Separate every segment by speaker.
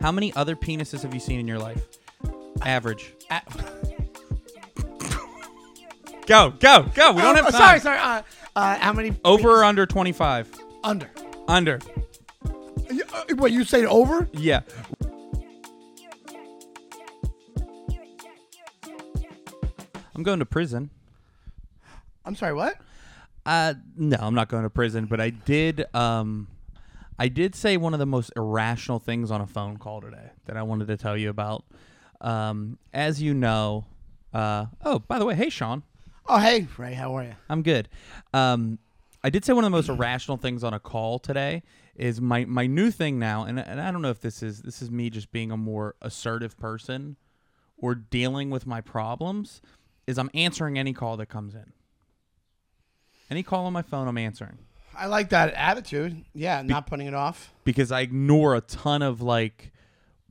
Speaker 1: How many other penises have you seen in your life? Average. A- go, go, go. We don't
Speaker 2: Oh,
Speaker 1: have
Speaker 2: oh,
Speaker 1: time.
Speaker 2: Sorry, sorry. Uh, uh, how many?
Speaker 1: Over or under 25?
Speaker 2: Under.
Speaker 1: Under.
Speaker 2: You- uh, What you said? Over?
Speaker 1: Yeah. I'm going to prison.
Speaker 2: I'm sorry. What?
Speaker 1: Uh, no, I'm not going to prison, but I did. Um, I did say one of the most irrational things on a phone call today that I wanted to tell you about. Um, as you know, uh, oh, by the way, hey Sean,
Speaker 2: Oh, hey Ray, how are you?
Speaker 1: I'm good. Um, I did say one of the most irrational things on a call today is my my new thing now, and and I don't know if this is this is me just being a more assertive person or dealing with my problems is I'm answering any call that comes in. Any call on my phone, I'm answering.
Speaker 2: I like that attitude. Yeah, not putting it off.
Speaker 1: because I ignore a ton of like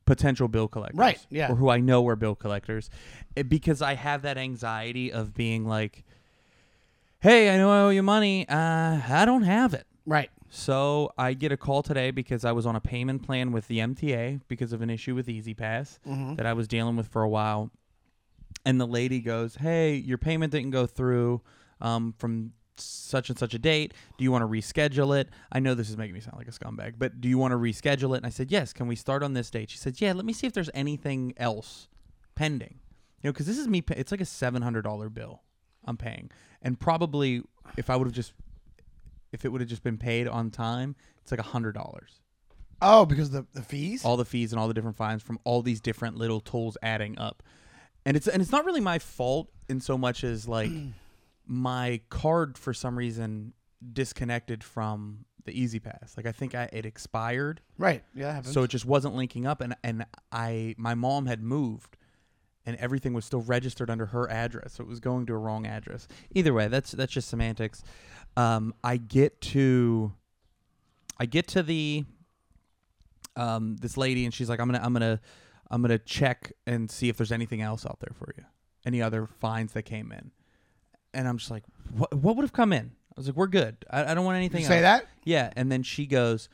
Speaker 1: potential bill collectors,
Speaker 2: Right, yeah.
Speaker 1: or who I know are bill collectors, eh, because I have that anxiety of being like, "Hey, I know I owe you money. Uh, I don't have it."
Speaker 2: Right.
Speaker 1: So I get a call today because I was on a payment plan with the MTA because of an issue with Easy Pass that I was dealing with for a while. And the lady goes, "Hey, your payment didn't go through um, from such and such a date. Do you want to reschedule it? I know this is making me sound like a scumbag, but do you want to reschedule it?" And I said, "Yes. Can we start on this date?" She said, "Yeah. Let me see if there's anything else pending. You know, because this is me. Pay- it's like a seven hundred dollar bill I'm paying, and probably if I would have just if it would have just been paid on time, it's like a hundred dollars.
Speaker 2: Oh, because the the fees.
Speaker 1: All the fees and all the different fines from all these different little tolls adding up, and it's and it's not really my fault in so much as like my card for some reason disconnected from the Easy Pass. Like I think I, it expired,
Speaker 2: Right. Yeah, that happens.
Speaker 1: so it just wasn't linking up, and and I my mom had moved. And everything was still registered under her address, so it was going to a wrong address. Either way, that's that's just semantics. Um, I get to I get to the um this lady and she's like, I'm gonna I'm gonna I'm gonna check and see if there's anything else out there for you. Any other fines that came in. And I'm just like, What what would have come in? I was like, We're good. I, I don't want anything
Speaker 2: You say
Speaker 1: else."
Speaker 2: that?
Speaker 1: Yeah. And then she goes,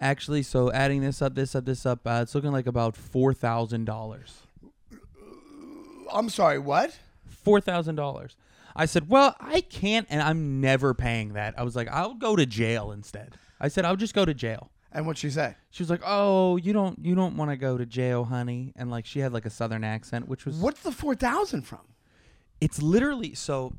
Speaker 1: Actually, so adding this up, this up, this up, uh, it's looking like about four thousand dollars.
Speaker 2: I'm sorry. What?
Speaker 1: four thousand dollars. I said, "Well, I can't, and I'm never paying that." I was like, "I'll go to jail instead." I said, "I'll just go to jail."
Speaker 2: And what'd she say?
Speaker 1: She was like, "Oh, you don't, you don't want to go to jail, honey," and like she had like a southern accent, which was
Speaker 2: What's the four thousand from?
Speaker 1: it's literally so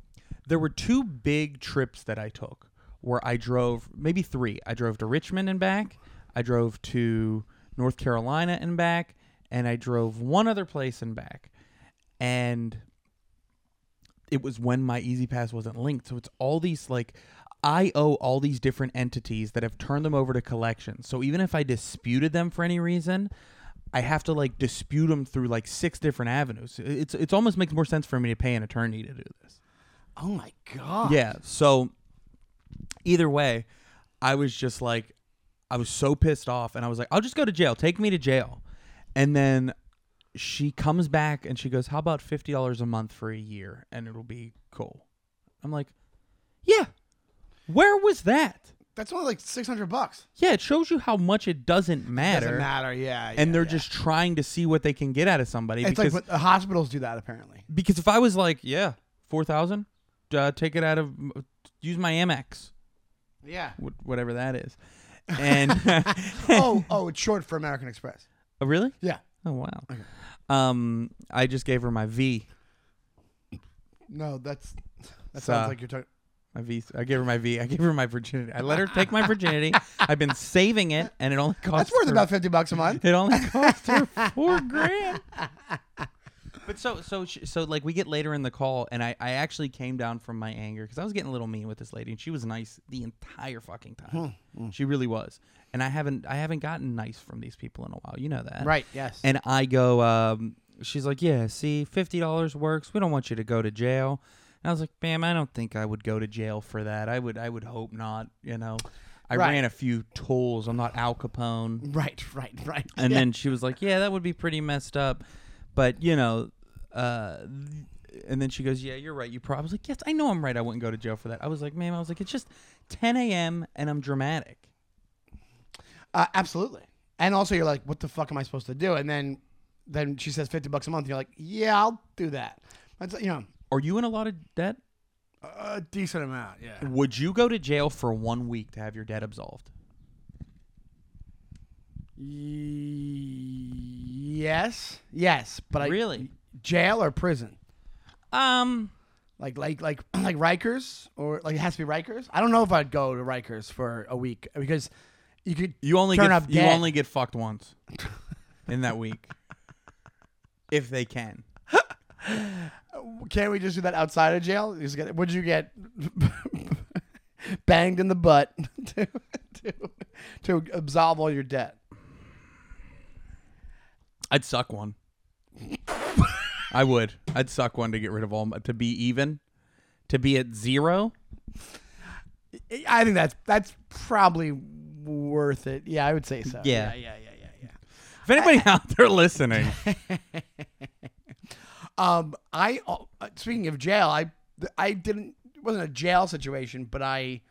Speaker 1: there were two big trips that I took where I drove maybe three. I drove to Richmond and back. I drove to North Carolina and back, and I drove one other place and back. And it was when my Easy Pass wasn't linked. So it's all these like I owe all these different entities that have turned them over to collections. So even if I disputed them for any reason, I have to like dispute them through like six different avenues. It's it's almost makes more sense for me to pay an attorney to do this.
Speaker 2: Oh my god.
Speaker 1: Yeah. So either way, I was just like, I was so pissed off, and I was like, I'll just go to jail. Take me to jail. And then she comes back and she goes, How about fifty dollars a month for a year, and it'll be cool. I'm like, Yeah. Where was that?
Speaker 2: That's only like six hundred bucks.
Speaker 1: Yeah, it shows you how much it doesn't matter.
Speaker 2: Doesn't matter. Yeah.
Speaker 1: And
Speaker 2: yeah,
Speaker 1: they're
Speaker 2: yeah.
Speaker 1: just trying to see what they can get out of somebody.
Speaker 2: It's like
Speaker 1: because
Speaker 2: what the hospitals do that apparently.
Speaker 1: because if I was like, yeah, four thousand, uh, take it out of, use my Amex,
Speaker 2: Yeah.
Speaker 1: wh- whatever that is, and
Speaker 2: oh, oh, it's short for American Express.
Speaker 1: Oh, really?
Speaker 2: Yeah.
Speaker 1: Oh wow. Um, I just gave her my V,
Speaker 2: No, that's that
Speaker 1: So-
Speaker 2: sounds like you're talking.
Speaker 1: my V. I gave her my V. I gave her my virginity. I let her take my virginity. I've been saving it, and it only cost.
Speaker 2: That's worth
Speaker 1: her-
Speaker 2: about fifty bucks a month.
Speaker 1: It only cost her four grand. But so so sh- so like we get later in the call, and I I actually came down from my anger because I was getting a little mean with this lady, and she was nice the entire fucking time.
Speaker 2: Hmm,
Speaker 1: She really was, and I haven't I haven't gotten nice from these people in a while. You know that,
Speaker 2: Right. Yes.
Speaker 1: And I go, um, she's like, yeah, see, fifty dollars works. We don't want you to go to jail. And I was like, ma'am, I don't think I would go to jail for that. I would I would hope not. You know, I
Speaker 2: Right.
Speaker 1: ran a few tolls. I'm not Al Capone.
Speaker 2: right. Right. Right.
Speaker 1: And
Speaker 2: Yeah.
Speaker 1: then she was like, "Yeah, that would be pretty messed up, but you know." Uh, th- and then she goes, "Yeah, you're right. You probably." I was like, "Yes, I know I'm right. I wouldn't go to jail for that." I was like, "Ma'am, I was like, it's just 10 a.m. and I'm dramatic."
Speaker 2: uh, absolutely. And also, you're like, what the fuck am I supposed to do? And then, then she says fifty bucks a month. You're like, yeah, I'll do that. That's you know,
Speaker 1: Are you in a lot of debt?
Speaker 2: a decent amount. Yeah.
Speaker 1: Would you go to jail for one week to have your debt absolved?
Speaker 2: Yes. Yes. But I
Speaker 1: Really?
Speaker 2: jail or prison.
Speaker 1: Um,
Speaker 2: Like like like like Rikers or like it has to be Rikers. I don't know if I'd go to Rikers for a week because you could
Speaker 1: you only
Speaker 2: Turn
Speaker 1: get
Speaker 2: up
Speaker 1: you
Speaker 2: dead.
Speaker 1: only get fucked once in that week, if they can.
Speaker 2: Can't we just do that outside of jail? You just get- Would you get banged in the butt to, to, to absolve all your debt?
Speaker 1: I'd suck one. I would. I'd suck one to get rid of all my, to be even, to be at zero.
Speaker 2: I- I think that's that's probably worth it. Yeah, I would say so.
Speaker 1: Yeah.
Speaker 2: yeah, yeah, yeah, yeah.
Speaker 1: If anybody out there listening,
Speaker 2: yeah. Um, I uh, speaking of jail, I I didn't it wasn't a jail situation, but I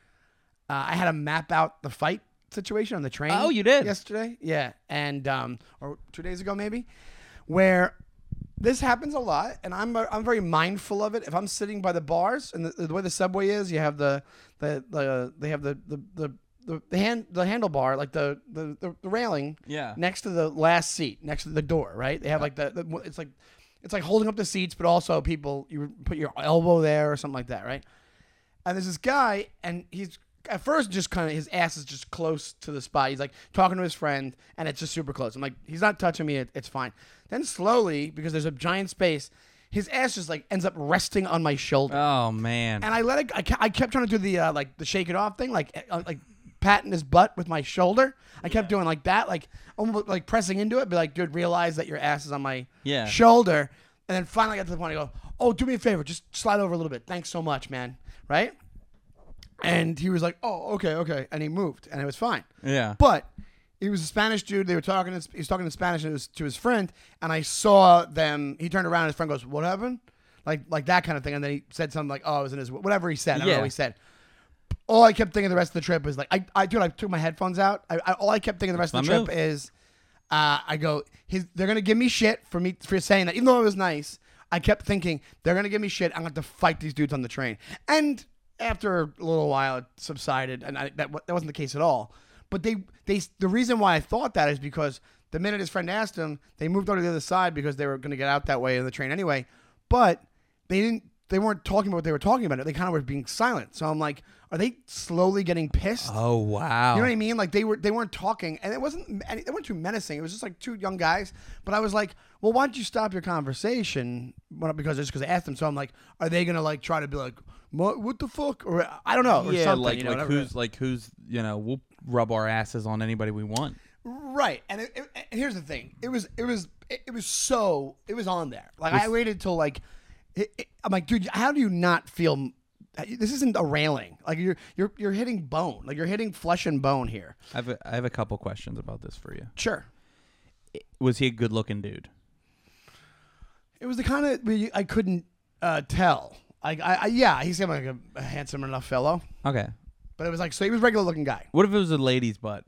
Speaker 2: uh, I had to map out the fight situation on the train.
Speaker 1: Oh, you did?
Speaker 2: yesterday. Yeah, and um, or two days ago maybe, where this happens a lot, and I'm uh, I'm very mindful of it. If I'm sitting by the bars, and the, the way the subway is, you have the the, the they have the the, the the, the hand the handlebar like the the, the, the railing
Speaker 1: Yeah.
Speaker 2: next to the last seat next to the door right they have like the, the it's like it's like holding up the seats but also people you put your elbow there or something like that right and there's this guy, and he's at first just kind of his ass is just close to the spot. He's like talking to his friend, and it's just super close. I'm like, he's not touching me. It, it's fine. Then slowly, because there's a giant space, his ass just like ends up resting on my shoulder.
Speaker 1: oh man,
Speaker 2: and I let it. I, ke- I kept trying to do the uh, like the shake it off thing, like uh, like patting his butt with my shoulder. I kept doing like that, like almost like pressing into it, be like, dude, realize that your ass is on my
Speaker 1: Yeah.
Speaker 2: shoulder. And then finally, I got to the point. I go, oh, do me a favor, just slide over a little bit. Thanks so much, man. Right? And he was like, oh, okay, okay, and he moved, and it was fine.
Speaker 1: yeah.
Speaker 2: But he was a Spanish dude. They were talking. In, he was talking in Spanish to his, to his friend, and I saw them. He turned around. and His friend goes, "What happened?" Like like that kind of thing. And then he said something like, "Oh, it was in his whatever he said." I don't know
Speaker 1: Yeah.
Speaker 2: what he said. All I kept thinking the rest of the trip was like, I, I dude, I took my headphones out. I, I, all I kept thinking the rest of the
Speaker 1: my
Speaker 2: trip is, uh, I go, his, they're gonna give me shit for me for saying that, even though it was nice. I kept thinking they're gonna give me shit. I'm gonna have to fight these dudes on the train. And after a little while, it subsided, and I, that wa- that wasn't the case at all. But they they the reason why I thought that is because the minute his friend asked him, they moved on to the other side because they were gonna get out that way in the train anyway. But they didn't. They weren't talking about what they were talking about. They kind of were being silent. So I'm like, are they slowly getting pissed?
Speaker 1: Oh wow.
Speaker 2: You know what I mean? Like they were they weren't talking, and it wasn't any, they weren't too menacing. It was just like two young guys. But I was like, well, why don't you stop your conversation? Well, because just because I asked them. So I'm like, are they gonna like try to be like, what, what the fuck? Or I don't know. Or
Speaker 1: yeah,
Speaker 2: something,
Speaker 1: like
Speaker 2: you know,
Speaker 1: like
Speaker 2: whatever.
Speaker 1: who's like who's you know we'll rub our asses on anybody we want.
Speaker 2: right? And, it, it- and here's the thing. It was it was it, it was so it was on there. Like I waited till like it, it- I'm like, dude, how do you not feel? This isn't a railing. Like you're you're you're hitting bone. Like you're hitting flesh and bone here.
Speaker 1: I have a, I have a couple questions about this for you.
Speaker 2: Sure.
Speaker 1: Was he a good looking dude?
Speaker 2: It was the kind of where you- I couldn't uh, tell. Like I, I, yeah, he seemed like a, a handsome enough fellow,
Speaker 1: Okay.
Speaker 2: but it was like so he was a regular looking guy.
Speaker 1: What if it was a lady's butt?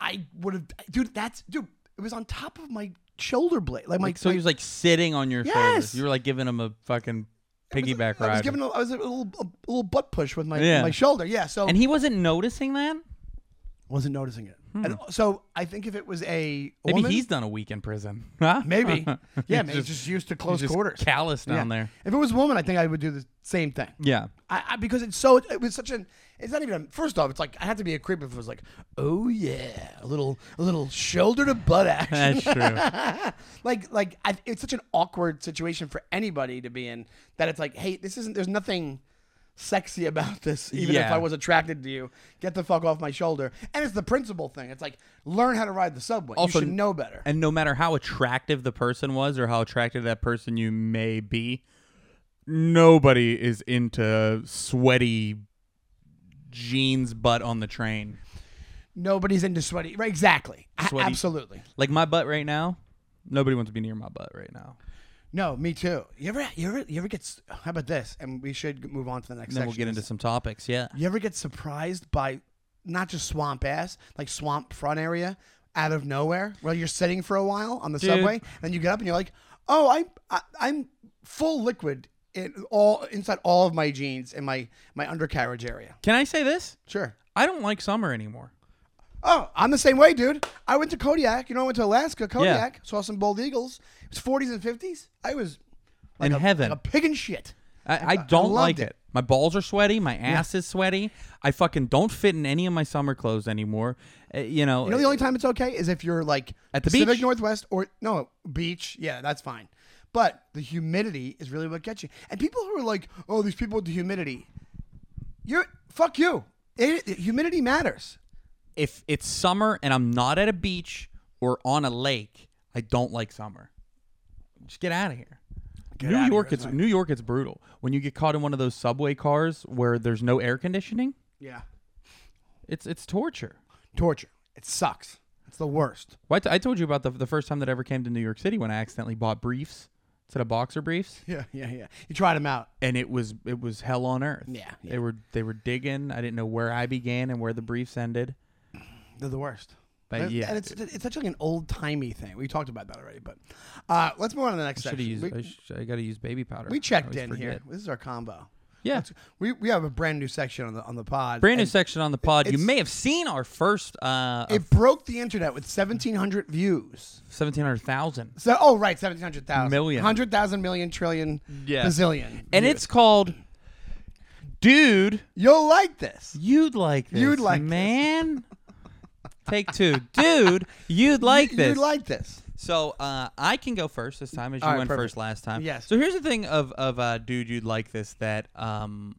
Speaker 2: I would have, dude. That's dude. It was on top of my shoulder blade, like my.
Speaker 1: Like so
Speaker 2: my-
Speaker 1: he was like sitting on your
Speaker 2: Yes!
Speaker 1: shoulders. You were like giving him a fucking piggyback
Speaker 2: I was
Speaker 1: ride.
Speaker 2: giving. A, I was a little, a, little butt push with my
Speaker 1: Yeah.
Speaker 2: my shoulder. Yeah. So
Speaker 1: and he wasn't noticing that?
Speaker 2: wasn't noticing it. And so I think if it was a
Speaker 1: Hmm. Maybe
Speaker 2: woman,
Speaker 1: he's done a week in prison. Huh?
Speaker 2: maybe yeah,
Speaker 1: He's
Speaker 2: maybe just,
Speaker 1: just-
Speaker 2: used to
Speaker 1: He's
Speaker 2: close
Speaker 1: just
Speaker 2: quarters.
Speaker 1: callous down
Speaker 2: Yeah.
Speaker 1: there.
Speaker 2: If it was a woman, I think I would do the same thing.
Speaker 1: Yeah.
Speaker 2: I, I because it's so it was such an it's not even a, first off it's like I had to be a creep if it was like oh yeah a little a little shoulder to butt action
Speaker 1: That's true.
Speaker 2: like like I, it's such an awkward situation for anybody to be in that it's like hey this isn't there's nothing sexy about this even if
Speaker 1: Yeah.
Speaker 2: I was attracted to you get the fuck off my shoulder and it's the principal thing it's like learn how to ride the subway
Speaker 1: Also-
Speaker 2: you should know better
Speaker 1: and no matter how attractive the person was or how attractive that person you may be, nobody is into sweaty jeans butt on the train.
Speaker 2: nobody's into sweaty right exactly A-
Speaker 1: Sweaty-
Speaker 2: absolutely
Speaker 1: Like my butt right now, nobody wants to be near my butt right now.
Speaker 2: No, me too. You ever, you ever, you ever get? s- How about this? And we should move on to the next.
Speaker 1: And then we'll
Speaker 2: section.
Speaker 1: get into some topics. Yeah.
Speaker 2: You ever get surprised by not just swamp ass, like swamp front area out of nowhere where you're sitting for a while on the
Speaker 1: Dude.
Speaker 2: subway, and you get up and you're like, oh, I, I I'm full liquid in all inside all of my jeans and my my undercarriage area.
Speaker 1: Can I say this?
Speaker 2: Sure.
Speaker 1: I don't like summer anymore.
Speaker 2: Oh, I'm the same way, dude. I went to Kodiak. You know, I went to Alaska, Kodiak, saw some bald eagles. It was 40s and 50s. I was like
Speaker 1: In
Speaker 2: a,
Speaker 1: heaven.
Speaker 2: like a pig in shit.
Speaker 1: I, I don't
Speaker 2: loved
Speaker 1: like
Speaker 2: it.
Speaker 1: it. My balls are sweaty. My ass is sweaty. I fucking don't fit in any of my summer clothes anymore. Uh, you know,
Speaker 2: You know, the only time it's okay is if you're like
Speaker 1: At the
Speaker 2: Pacific
Speaker 1: beach?
Speaker 2: Northwest or no beach. Yeah, that's fine. But the humidity is really what gets you. And people who are like, "Oh, these people with the humidity," you're fuck you. It, it- humidity matters.
Speaker 1: if it's summer and I'm not at a beach or on a lake, I don't like summer. Just get out of here. New
Speaker 2: outta
Speaker 1: York,
Speaker 2: here,
Speaker 1: it's New York, it's brutal. When you get caught in one of those subway cars where there's no air conditioning,
Speaker 2: Yeah,
Speaker 1: it's it's torture.
Speaker 2: torture. It sucks. It's the worst.
Speaker 1: Well, I, t- I told you about the the first time that I ever came to New York City when I accidentally bought briefs instead of boxer briefs,
Speaker 2: Yeah, yeah, yeah. You tried them out.
Speaker 1: and it was it was hell on earth.
Speaker 2: Yeah, yeah.
Speaker 1: they were they were digging. I didn't know where I began and where the briefs ended.
Speaker 2: They're the worst.
Speaker 1: But
Speaker 2: and,
Speaker 1: yeah,
Speaker 2: and it's it's such like an old timey thing. We talked about that already, but uh, let's move on to the next
Speaker 1: Should
Speaker 2: section.
Speaker 1: use,
Speaker 2: we,
Speaker 1: I, sh- I got to use baby powder.
Speaker 2: we
Speaker 1: I
Speaker 2: checked
Speaker 1: always
Speaker 2: in here.
Speaker 1: forget.
Speaker 2: This is our combo.
Speaker 1: Yeah,
Speaker 2: We we have a brand new section on the on the pod.
Speaker 1: brand new
Speaker 2: and
Speaker 1: section on the pod. You
Speaker 2: it's-
Speaker 1: may have seen our first uh,
Speaker 2: It broke the internet with seventeen hundred views.
Speaker 1: seventeen hundred thousand,
Speaker 2: So oh right, seventeen hundred thousand
Speaker 1: Million.
Speaker 2: hundred thousand million trillion
Speaker 1: Yeah.
Speaker 2: bazillion.
Speaker 1: and
Speaker 2: views.
Speaker 1: it's called, dude.
Speaker 2: you'll like this.
Speaker 1: You'd like this.
Speaker 2: You'd like this.
Speaker 1: man. Take two, dude. You'd like this.
Speaker 2: You'd like this.
Speaker 1: so uh, I can go first this time, as you
Speaker 2: All right,
Speaker 1: went
Speaker 2: perfect.
Speaker 1: first last time.
Speaker 2: Yes.
Speaker 1: So here's the thing of of uh, dude, you'd like this that um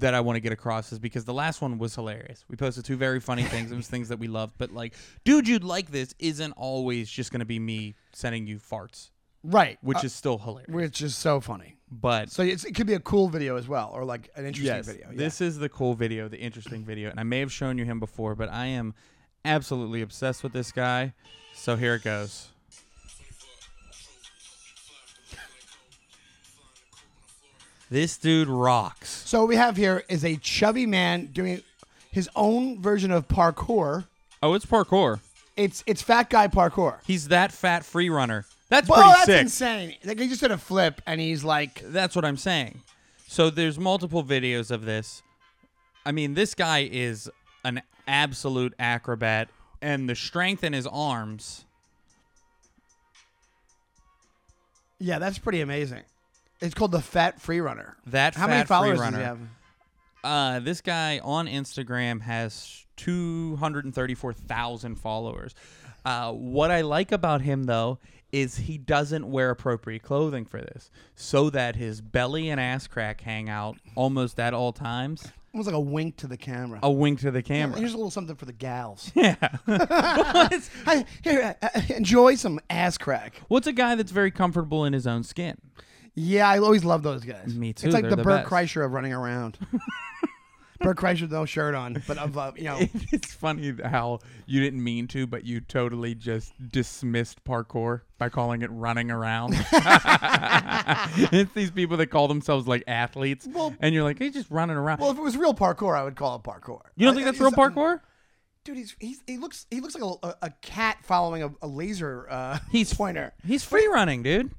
Speaker 1: that I want to get across is because the last one was hilarious. We posted two very funny things. It was things that we loved, but like, dude, you'd like this isn't always just gonna be me sending you farts,
Speaker 2: Right.
Speaker 1: which
Speaker 2: Uh,
Speaker 1: is still hilarious.
Speaker 2: which is so funny.
Speaker 1: But
Speaker 2: So it's, it could be a cool video as well, or like an interesting
Speaker 1: Yes,
Speaker 2: video. Yeah.
Speaker 1: This is the cool video, the interesting video, and I may have shown you him before, but I am absolutely obsessed with this guy. So here it goes. This dude rocks.
Speaker 2: So what we have here is a chubby man doing his own version of parkour.
Speaker 1: Oh, it's parkour.
Speaker 2: It's it's fat guy parkour.
Speaker 1: He's that fat free runner. That's
Speaker 2: Whoa,
Speaker 1: pretty
Speaker 2: that's
Speaker 1: sick.
Speaker 2: insane! Like he just did a flip, and he's like,
Speaker 1: That's what I'm saying. So there's multiple videos of this. I mean, this guy is an absolute acrobat, and the strength in his arms.
Speaker 2: "Yeah, that's pretty amazing." It's called the Fat Free Runner.
Speaker 1: That
Speaker 2: How many
Speaker 1: fat free
Speaker 2: followers does
Speaker 1: runner.
Speaker 2: he have?
Speaker 1: Uh, this guy on Instagram has 234,000 followers. Uh, what I like about him, though, is he doesn't wear appropriate clothing for this, so that his belly and ass crack hang out almost at all times.
Speaker 2: Almost like a wink to the camera.
Speaker 1: A wink to the camera.
Speaker 2: Here's a little something for the gals.
Speaker 1: What's
Speaker 2: Hi, here, uh, uh, enjoy some ass crack.
Speaker 1: what's a guy that's very comfortable in his own skin?
Speaker 2: Yeah, I always love those guys.
Speaker 1: Me too,
Speaker 2: It's like
Speaker 1: they're
Speaker 2: the,
Speaker 1: the
Speaker 2: Bert
Speaker 1: best.
Speaker 2: Kreischer of running around. Bert Kreischer with no shirt on, but of uh, you know.
Speaker 1: It's funny how you didn't mean to, but you totally just dismissed parkour by calling it running around. it's these people that call themselves like athletes,
Speaker 2: Well-
Speaker 1: and you're like, he's just running around.
Speaker 2: Well, if it was real parkour, I would call it parkour.
Speaker 1: you don't
Speaker 2: I-
Speaker 1: think that's
Speaker 2: I-
Speaker 1: real
Speaker 2: it's- uh,
Speaker 1: parkour?
Speaker 2: Dude, he's, he's he looks he looks like a, a, a cat following a, a laser uh,
Speaker 1: He's-
Speaker 2: pointer.
Speaker 1: He's free running, dude.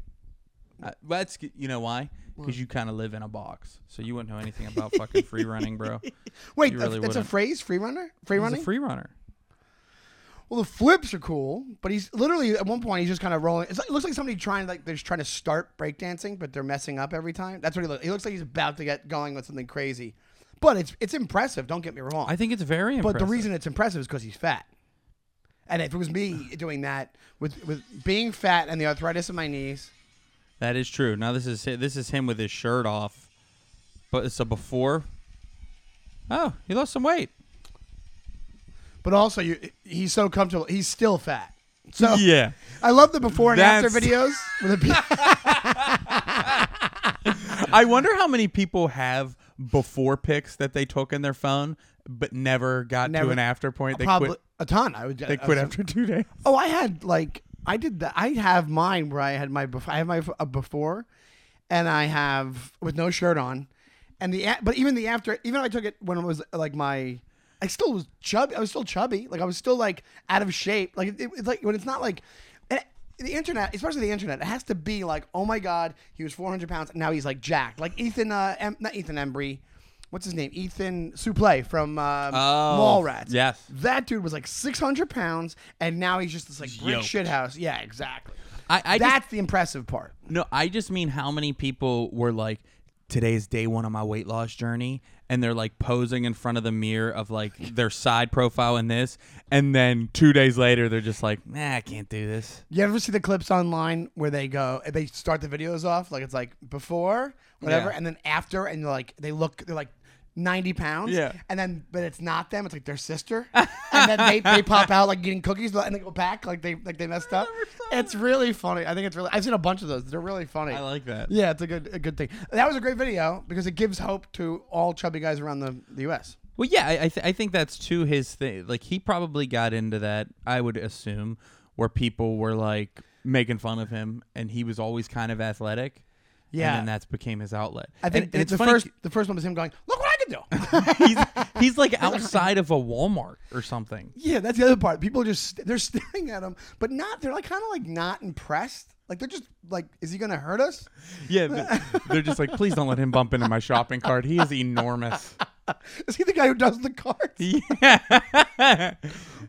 Speaker 1: Uh, that's you know why? Because you kind of live in a box, so you wouldn't know anything about fucking free running, bro. He's
Speaker 2: Wait,
Speaker 1: You
Speaker 2: that's-
Speaker 1: really
Speaker 2: that's a
Speaker 1: wouldn't.
Speaker 2: phrase, free runner, free
Speaker 1: a
Speaker 2: running.
Speaker 1: free runner.
Speaker 2: well, the flips are cool, but he's literally at one point he's just kind of rolling. It's like, it looks like somebody trying like they're just trying to start breakdancing, but they're messing up every time. That's what he looks. He looks like he's about to get going with something crazy, but it's it's impressive. Don't get me wrong.
Speaker 1: I think it's very
Speaker 2: but
Speaker 1: impressive.
Speaker 2: the reason it's impressive is because he's fat. And if it was me doing that with with being fat and the arthritis in my knees,
Speaker 1: that is true. Now this is hi- this is him with his shirt off, but it's a before. Oh, he lost some weight.
Speaker 2: but also you, he's so comfortable. He's still fat. So
Speaker 1: Yeah.
Speaker 2: I love the before and after
Speaker 1: That's-
Speaker 2: videos. With the pe-
Speaker 1: I wonder how many people have before pics that they took in their phone but never Uh, got
Speaker 2: Never.
Speaker 1: to an after point. They
Speaker 2: probably
Speaker 1: quit
Speaker 2: a ton. I would. uh,
Speaker 1: they quit after two days.
Speaker 2: Oh, I had like I did that. I have mine where I had my before. I have my a before, and I have with no shirt on, and the a- but even the after. Even if I took it when it was like my I still was chubby. I was still chubby. Like I was still like out of shape. Like it, it's like when it's not like and the internet, especially the internet, it has to be like, oh my god, he was 400 pounds, now he's like jacked. Like Ethan, uh, em, not Ethan Embry. What's his name? Ethan Suplee from uh, Mallrats.
Speaker 1: yes.
Speaker 2: that dude was like 600 pounds, and now he's just this like brick
Speaker 1: Yoked.
Speaker 2: shit house. Yeah, exactly.
Speaker 1: I, I just-
Speaker 2: That's the impressive part.
Speaker 1: No, I just mean how many people were like, today is day one of my weight loss journey, and they're like posing in front of the mirror of like their side profile in this, and then two days later they're just like, nah, I can't do this.
Speaker 2: You ever see the clips online where they go, they start the videos off like it's like before, whatever,
Speaker 1: Yeah.
Speaker 2: and then after, and like they look, they're like ninety pounds,
Speaker 1: Yeah.
Speaker 2: and then but it's not them, it's like their sister, and then they, they pop out like getting cookies, and they go back like they like they messed up. It's really funny. I think it's really. I've seen a bunch of those. They're really funny.
Speaker 1: I like that.
Speaker 2: Yeah, it's a good a good thing. That was a great video because it gives hope to all chubby guys around the, the U.S.
Speaker 1: Well, yeah, I I, th- I think that's too his thing. Like he probably got into that. I would assume where people were like making fun of him, and he was always kind of athletic.
Speaker 2: Yeah.
Speaker 1: and then that's became his outlet.
Speaker 2: I think
Speaker 1: And- and
Speaker 2: it's the
Speaker 1: funny-
Speaker 2: first the first one was him going, look what I can do.
Speaker 1: he's, he's like outside of a Walmart or something.
Speaker 2: Yeah, that's the other part. People are just they're staring at him, but not they're like kind of like not impressed. Like they're just like, is he gonna hurt us?
Speaker 1: Yeah, th- they're just like, please don't let him bump into my shopping cart. He is enormous.
Speaker 2: Is he the guy who does the carts?
Speaker 1: Yeah.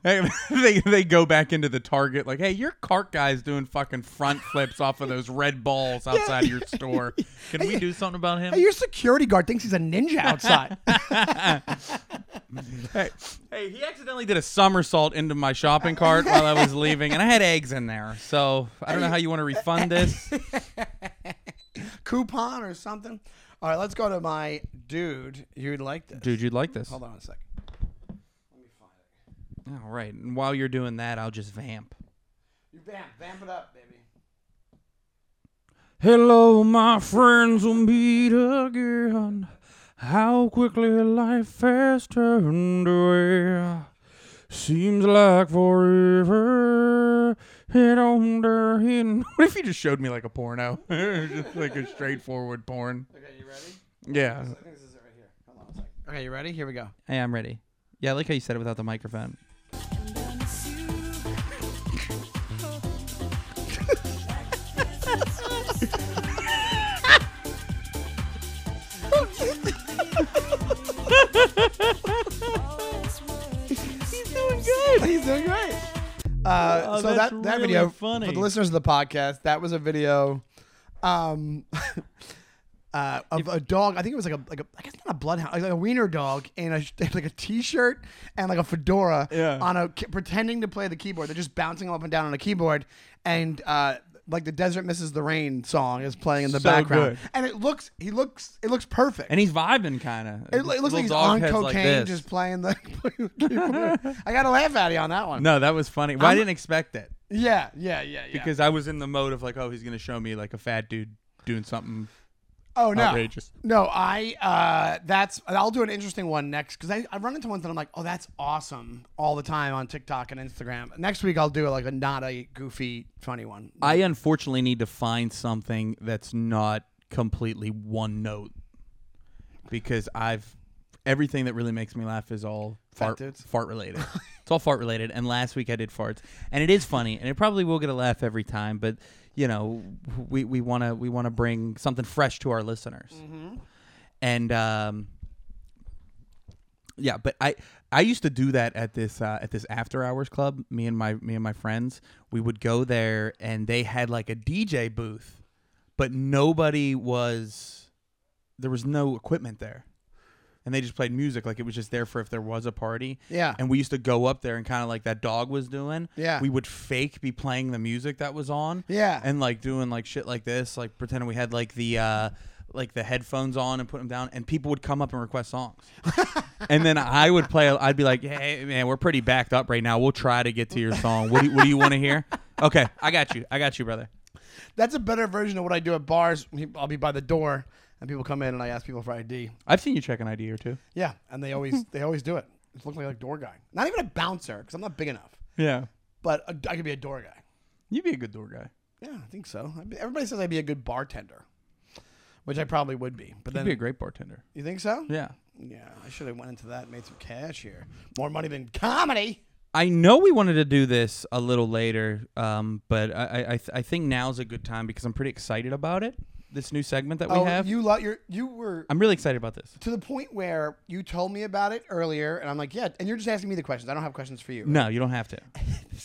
Speaker 1: Hey, they they go back into the Target like, hey, your cart guy's doing fucking front flips off of those red balls outside your store. Can we do something about him?
Speaker 2: Hey, your security guard thinks he's a ninja outside.
Speaker 1: hey, hey, he accidentally did a somersault into my shopping cart while I was leaving, and I had eggs in there. So I don't know how you want to refund this.
Speaker 2: Coupon or something. All right, let's go to my dude. You'd like this.
Speaker 1: Dude, you'd like this.
Speaker 2: Hold on a second.
Speaker 1: All right. And while you're doing that, I'll just vamp.
Speaker 2: You vamp, vamp it up, baby.
Speaker 1: Hello, my friends, we'll meet again. How quickly life has turned away. Seems like forever. It under in. What if you just showed me like a porno? just like a straightforward porn.
Speaker 2: Okay, you ready?
Speaker 1: Yeah.
Speaker 2: think this is it right here. Hold on a second. Okay, you ready? Here we go.
Speaker 1: Hey, I'm ready. Yeah, I like how you said it without the microphone.
Speaker 3: He's
Speaker 2: doing good. He's doing great. Uh,
Speaker 1: Oh,
Speaker 2: so
Speaker 1: that's
Speaker 2: that that
Speaker 1: really
Speaker 2: video
Speaker 1: funny.
Speaker 2: for the listeners of the podcast, that was a video um, uh, of a dog. I think it was like a like a I guess not a bloodhound, like a wiener dog in a like a t-shirt and like a fedora
Speaker 1: Yeah.
Speaker 2: on a ki- pretending to play the keyboard. They're just bouncing up and down on a keyboard and. Uh, like the desert misses the rain song is playing in the
Speaker 1: So
Speaker 2: background,
Speaker 1: good.
Speaker 2: and it looks he looks it looks perfect.
Speaker 1: And he's vibing kind of.
Speaker 2: It, it looks like he's on cocaine, just playing the. playing the keyboard. I got to laugh at you on that one.
Speaker 1: no, that was funny. Well, I
Speaker 2: I'm-
Speaker 1: didn't expect that
Speaker 2: Yeah, yeah, yeah, yeah.
Speaker 1: because I was in the mode of like, oh, he's gonna show me like a fat dude doing something
Speaker 2: oh no,
Speaker 1: outrageous.
Speaker 2: no, I uh, that's I'll do an interesting one next because I, I run into ones that I'm like, oh, that's awesome all the time on TikTok and Instagram. Next week I'll do like a not a goofy funny one.
Speaker 1: I unfortunately need to find something that's not completely one note because I've everything that really makes me laugh is all fart
Speaker 2: dudes?
Speaker 1: fart related. it's all fart related. And last week I did farts, and it is funny, and it probably will get a laugh every time. But you know, we we want to we want to bring something fresh to our listeners, and um. Yeah, but I I used to do that at this uh, at this after hours club. Me and my me and my friends, we would go there, and they had like a DJ booth, but nobody was there was no equipment there, and they just played music like it was just there for if there was a party.
Speaker 2: Yeah.
Speaker 1: and we used to go up there and kind of like that dog was doing.
Speaker 2: Yeah.
Speaker 1: we would fake be playing the music that was on.
Speaker 2: Yeah.
Speaker 1: and like doing like shit like this, like pretending we had like the. uh like the headphones on and put them down, and people would come up and request songs and then I would play. I'd be like, "Hey, man, we're pretty backed up right now. We'll try to get to your song. What do you, what do you want to hear? Okay, I got you. I got you, brother.
Speaker 2: That's a better version of what I do at bars. I'll be by the door and people come in and I ask people for ID.
Speaker 1: I've seen you check an ID or two.
Speaker 2: Yeah, and they always they always do it. It's looking like a door guy, not even a bouncer because I'm not big enough,
Speaker 1: Yeah,
Speaker 2: but a, I could be a door guy.
Speaker 1: you'd be a good door guy.
Speaker 2: Yeah, I think so. I'd be- Everybody says I'd be a good bartender, which I probably would be. But
Speaker 1: You'd
Speaker 2: then
Speaker 1: be a great bartender.
Speaker 2: you think so?
Speaker 1: Yeah,
Speaker 2: Yeah, I should have went into that, and made some cash here. More money than comedy.
Speaker 1: I know we wanted to do this a little later, um, but I I, I, th- I think now's a good time because I'm pretty excited about it. This new segment that we
Speaker 2: oh,
Speaker 1: have,
Speaker 2: you lo- you're, you were
Speaker 1: I'm really excited about this.
Speaker 2: to the point where you told me about it earlier, and I'm like, yeah, and you're just asking me the questions. I don't have questions for you.
Speaker 1: No, you don't have to.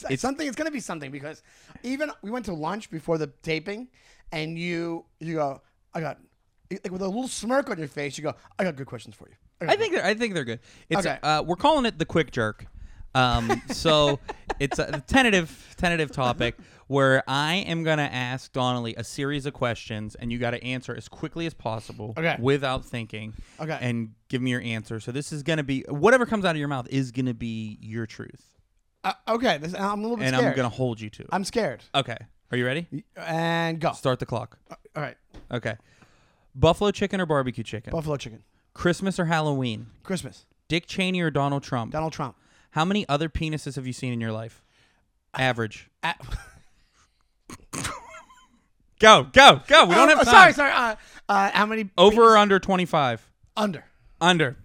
Speaker 2: It's, something. It's gonna be something because even we went to lunch before the taping, and you you go, I got like with a little smirk on your face. You go, I got good questions for you. got
Speaker 1: I think they're, I think they're good. It's
Speaker 2: Okay.
Speaker 1: uh, we're calling it the quick jerk. Um, so it's a tentative tentative topic where I am gonna ask Donnelly a series of questions and you got to answer as quickly as possible
Speaker 2: Okay.
Speaker 1: without thinking.
Speaker 2: Okay.
Speaker 1: And give me your answer. So this is gonna be whatever comes out of your mouth is gonna be your truth,
Speaker 2: Uh, okay, this, I'm a little bit
Speaker 1: and
Speaker 2: scared.
Speaker 1: I'm gonna hold you to it.
Speaker 2: I'm scared.
Speaker 1: okay. Are you ready?
Speaker 2: And go.
Speaker 1: Start the clock.
Speaker 2: All right,
Speaker 1: Okay. Buffalo chicken or barbecue chicken?
Speaker 2: buffalo chicken,
Speaker 1: Christmas or Halloween?
Speaker 2: Christmas,
Speaker 1: Dick Cheney or Donald Trump?
Speaker 2: Donald Trump.
Speaker 1: How many other penises have you seen in your life? Average.
Speaker 2: At-
Speaker 1: Go, go, go. We don't
Speaker 2: Oh,
Speaker 1: have time.
Speaker 2: Sorry, sorry. Uh, uh, how many
Speaker 1: Over or under 25?
Speaker 2: under?
Speaker 1: Under.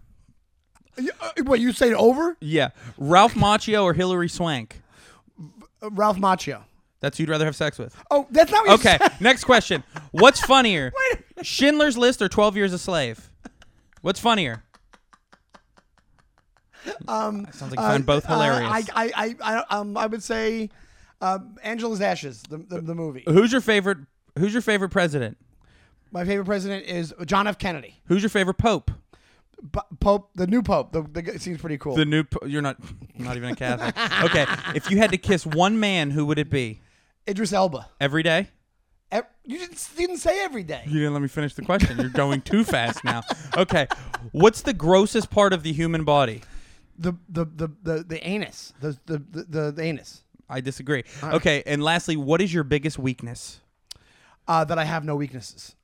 Speaker 2: You- uh, What you say over?
Speaker 1: Yeah. Ralph Macchio or Hillary Swank?
Speaker 2: Uh, Ralph Macchio.
Speaker 1: That's who you'd rather have sex with.
Speaker 2: Oh, that's not what you
Speaker 1: Okay,
Speaker 2: said.
Speaker 1: next question. What's funnier? Schindler's List or 12 Years a Slave? What's funnier?
Speaker 2: Um,
Speaker 1: Sounds like you find both
Speaker 2: uh,
Speaker 1: hilarious.
Speaker 2: I, I, I, I, um, I would say uh, Angela's Ashes, the, the, the movie.
Speaker 1: who's your favorite Who's your favorite president?
Speaker 2: My favorite president is John F. Kennedy.
Speaker 1: Who's your favorite pope?
Speaker 2: P- pope, the new Pope. The, the, it seems pretty cool.
Speaker 1: The new po- you're not not even a Catholic. Okay, if you had to kiss one man, who would it be?
Speaker 2: Idris Elba.
Speaker 1: Every day?
Speaker 2: Ev- you didn't, didn't say every day.
Speaker 1: You didn't let me finish the question. You're going too fast now. Okay. What's the grossest part of the human body?
Speaker 2: The the the the, the anus. The the, the the the anus.
Speaker 1: I disagree. Okay. And lastly, what is your biggest weakness?
Speaker 2: Uh, that I have no weaknesses.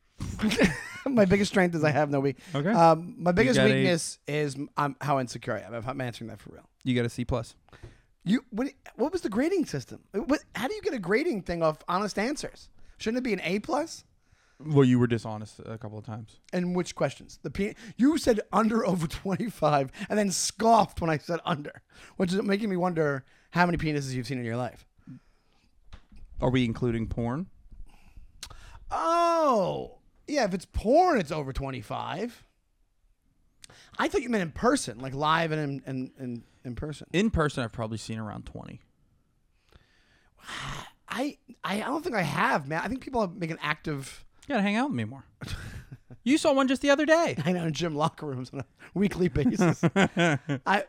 Speaker 2: my biggest strength is I have no weak.
Speaker 1: Okay.
Speaker 2: Um, my biggest
Speaker 1: got a-
Speaker 2: weakness is um, how insecure I am. If I'm answering that for real.
Speaker 1: You got a C plus.
Speaker 2: You what? What was the grading system? What, how do you get a grading thing off honest answers? Shouldn't it be an A plus?
Speaker 1: Well, you were dishonest a couple of times.
Speaker 2: And which questions? The P- you said under over twenty five, and then scoffed when I said under, which is making me wonder how many penises you've seen in your life.
Speaker 1: Are we including porn?
Speaker 2: Oh, yeah. If it's porn, it's over twenty five. I thought you meant in person, like live and in and in, in, in person.
Speaker 1: In person, I've probably seen around twenty.
Speaker 2: I I don't think I have, man. I think people make an active.
Speaker 1: You gotta hang out with me more. you saw one just the other day.
Speaker 2: I know in gym locker rooms on a weekly basis. I, I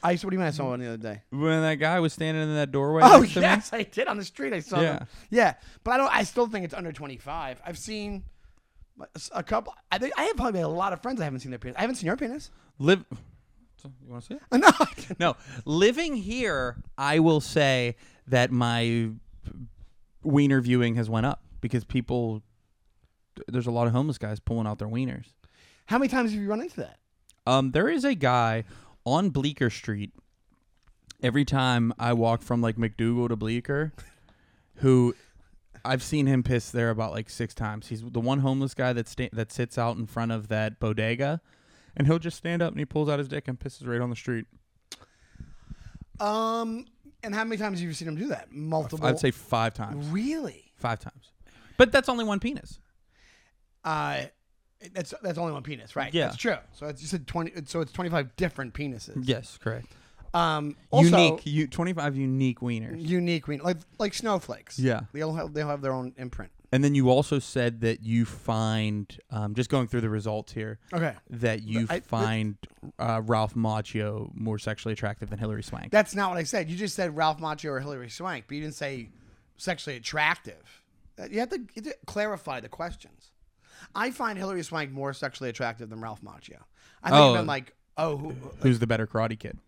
Speaker 2: what do you mean I saw one the other day?
Speaker 1: When that guy was standing in that doorway.
Speaker 2: Oh
Speaker 1: next to me.
Speaker 2: yes, I did on the street. I saw
Speaker 1: Yeah.
Speaker 2: them. Yeah, but I don't. I still think it's under twenty five. I've seen a couple. I think I have probably a lot of friends I haven't seen their penis. I haven't seen your penis.
Speaker 1: Live. So, You want to see it?
Speaker 2: No,
Speaker 1: No, living here, I will say that my wiener viewing has went up because people. There's a lot of homeless guys pulling out their wieners.
Speaker 2: how many times have you run into that?
Speaker 1: Um, there is a guy on Bleecker Street. Every time I walk from like McDougal to Bleecker, who I've seen him piss there about like six times. He's the one homeless guy that sta- that sits out in front of that bodega, and he'll just stand up and he pulls out his dick and pisses right on the street.
Speaker 2: Um, and how many times have you seen him do that? Multiple.
Speaker 1: I'd say five times.
Speaker 2: really.
Speaker 1: Five times. But that's only one penis.
Speaker 2: Uh, that's that's only one penis, right?
Speaker 1: Yeah.
Speaker 2: that's true. So it's, you said twenty. So it's twenty five different penises.
Speaker 1: Yes, correct.
Speaker 2: Um, also,
Speaker 1: unique, you, 25 unique wieners.
Speaker 2: unique wiener, like like snowflakes.
Speaker 1: Yeah.
Speaker 2: they all have they all have their own imprint.
Speaker 1: And then you also said that you find, um, just going through the results here,
Speaker 2: Okay,
Speaker 1: that you
Speaker 2: I-
Speaker 1: find uh, Ralph Macchio more sexually attractive than Hillary Swank.
Speaker 2: that's not what I said. You just said Ralph Macchio or Hillary Swank, but you didn't say sexually attractive. Uh, You have to, you have to clarify the questions. I find Hillary Swank more sexually attractive than Ralph Macchio. I think
Speaker 1: Oh.
Speaker 2: I'm like, oh, who,
Speaker 1: Who's the better karate kid?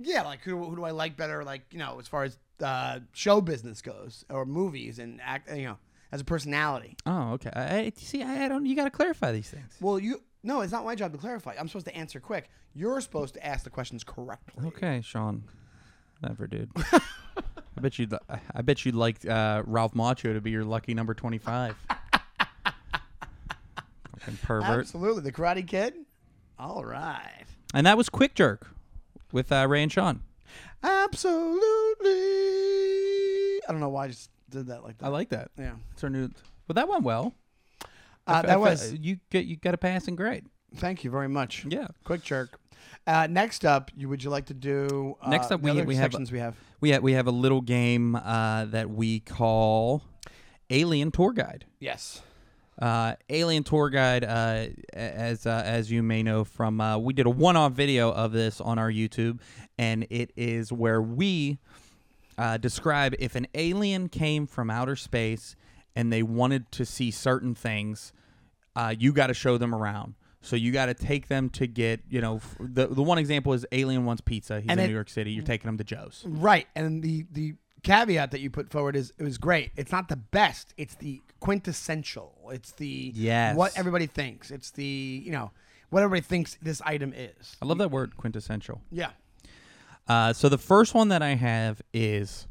Speaker 2: yeah, like who, who do I like better? Like you know, as far as uh, show business goes, or movies and act, you know, as a personality.
Speaker 1: Oh, okay. I, I- see, I, I don't. You got to clarify these things.
Speaker 2: Well, you no, it's not my job to clarify. I'm supposed to answer quick. You're supposed to ask the questions correctly.
Speaker 1: Okay, Sean. Never, dude. I bet you'd. li- I bet you'd like uh, Ralph Macchio to be your lucky number twenty-five. Fucking pervert.
Speaker 2: Absolutely, the Karate Kid. All right.
Speaker 1: And that was Quick Jerk with uh, Ray and Sean.
Speaker 2: Absolutely. I don't know why I just did that like that.
Speaker 1: I like that.
Speaker 2: yeah.
Speaker 1: It's our new. Well, that went well.
Speaker 2: Uh,
Speaker 1: I fe- I
Speaker 2: that
Speaker 1: fe-
Speaker 2: was.
Speaker 1: you. Get you got a passing grade.
Speaker 2: Thank you very much.
Speaker 1: Yeah.
Speaker 2: Quick jerk. Uh, next up, you would you like to do? Uh,
Speaker 1: Next up,
Speaker 2: the
Speaker 1: we-
Speaker 2: other
Speaker 1: we have-
Speaker 2: sections we have.
Speaker 1: We ha- we have a little game uh, that we call Alien Tour Guide.
Speaker 2: Yes.
Speaker 1: Uh, Alien Tour Guide, uh, a- as uh, as you may know from, uh, we did a one-off video of this on our YouTube, and it is where we uh, describe if an alien came from outer space and they wanted to see certain things, uh, you got to show them around. So you got to take them to get, you know, f- the the one example is Alien wants pizza. He's in
Speaker 2: And it- Mm-hmm.
Speaker 1: New York City. You're taking him to Joe's.
Speaker 2: Right, and the the caveat that you put forward is it was great. It's not the best. It's the quintessential. It's the
Speaker 1: Yes.
Speaker 2: what everybody thinks. It's the you know what everybody thinks this item is.
Speaker 1: I love that word quintessential.
Speaker 2: Yeah.
Speaker 1: Uh, so the first one that I have is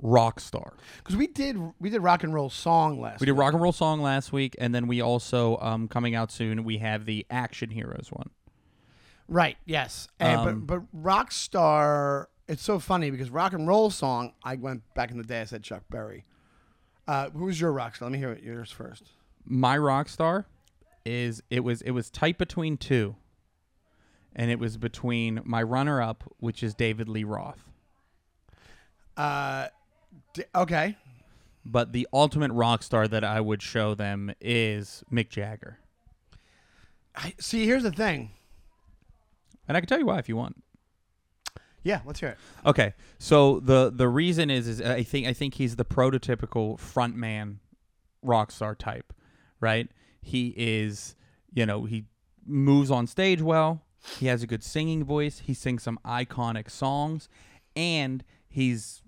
Speaker 1: rock star.
Speaker 2: Because we did we did rock and roll song last.
Speaker 1: We did rock and roll song last week, and then we also um, coming out soon. We have the action heroes one.
Speaker 2: Right. Yes. And,
Speaker 1: Um,
Speaker 2: but but rock star. It's so funny because rock and roll song. I went back in the day. I said Chuck Berry. Uh, who was your rock star? Let me hear yours first.
Speaker 1: My rock star is it was it was tight between two, and it was between my runner up, which is David Lee Roth.
Speaker 2: Uh, d- okay.
Speaker 1: But the ultimate rock star that I would show them is Mick Jagger,
Speaker 2: I, see, here's the thing.
Speaker 1: and I can tell you why if you want.
Speaker 2: Yeah, let's hear it.
Speaker 1: Okay, so the the reason is is I think I think he's the prototypical frontman rock star type, right? He is, you know, he moves on stage well. He has a good singing voice. He sings some iconic songs, and he's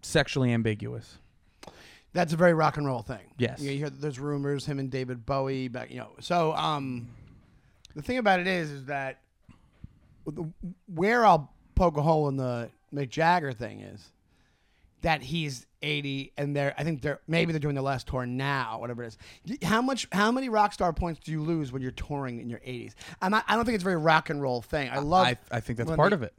Speaker 1: sexually ambiguous.
Speaker 2: That's a very rock and roll thing.
Speaker 1: Yes.
Speaker 2: You, know, you hear that there's rumors him and David Bowie back, you know. So um the thing about it is is that the, where I'll poke a hole in the Mick Jagger thing is that he's 80 and they're I think they're maybe they're doing their last tour now, whatever it is. D- How much how many rock star points do you lose when you're touring in your 80s? I'm not, I don't think it's a very rock and roll thing. I love
Speaker 1: I, I think that's
Speaker 2: when
Speaker 1: part
Speaker 2: they-
Speaker 1: of it.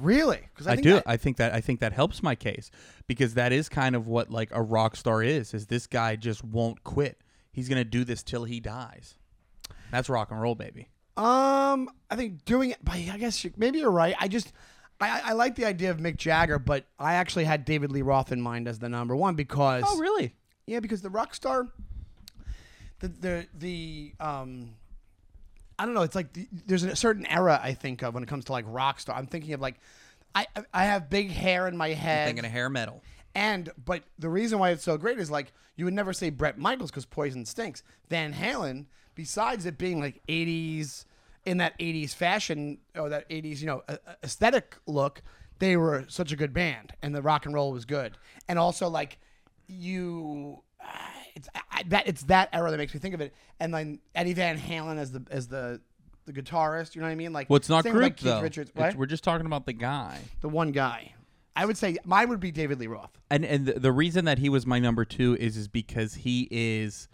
Speaker 2: Really? Cuz
Speaker 1: I,
Speaker 2: think
Speaker 1: do.
Speaker 2: that-
Speaker 1: I think that I think that helps my case because that is kind of what like a rock star is. Is this guy just won't quit? He's gonna do this till he dies. That's rock and roll, baby.
Speaker 2: Um, I think doing it, but I guess you, maybe you're right. I just, I, I- I like the idea of Mick Jagger, but I actually had David Lee Roth in mind as the number one because,
Speaker 1: Oh, really?
Speaker 2: yeah, because the rock star, the the the um, I don't know. It's like the, there's a certain era I think of when it comes to like rock star. I'm thinking of like, I I have big hair in my head.
Speaker 1: Thinking of hair metal.
Speaker 2: And but the reason why it's so great is like you would never say Brett Michaels because Poison stinks. Van Halen, besides it being like '80s in that '80s fashion or that '80s you know a- a- aesthetic look, they were such a good band, and the rock and roll was good. And also like you, uh, it's I- I, that it's that era that makes me think of it. And then Eddie Van Halen as the as the the guitarist, you know what I mean? Like
Speaker 1: Well, it's not
Speaker 2: same
Speaker 1: group
Speaker 2: with, like, Keith
Speaker 1: though.
Speaker 2: Richards,
Speaker 1: It's-
Speaker 2: what?
Speaker 1: we're just talking about the guy.
Speaker 2: the one guy. I would say mine would be David Lee Roth.
Speaker 1: And and the, the reason that he was my number two is is because he is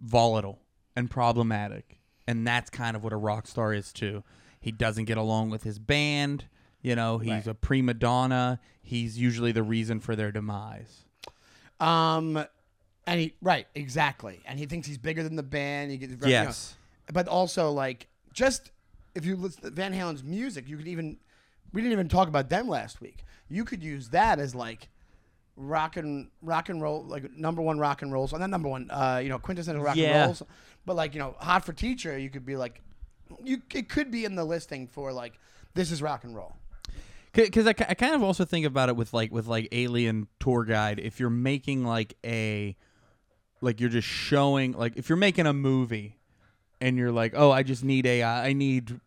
Speaker 1: volatile and problematic, and that's kind of what a rock star is too. He doesn't get along with his band. You know, he's
Speaker 2: Right.
Speaker 1: a prima donna. He's usually the reason for their demise.
Speaker 2: Um, and he right exactly, and he thinks he's bigger than the band. He gets very, you know.
Speaker 1: Yes.
Speaker 2: but also like just if you listen to Van Halen's music, you could even we didn't even talk about them last week. You could use that as like rock and rock and roll, like number one rock and rolls, not number one, uh, you know, quintessential rock
Speaker 1: Yeah.
Speaker 2: and rolls. But like you know, hot for teacher, you could be like, you it could be in the listing for like this is rock and roll.
Speaker 1: because I, ki- I kind of also think about it with like with like alien tour guide if you're making like a like you're just showing like if you're making a movie and you're like oh i just need a uh, i need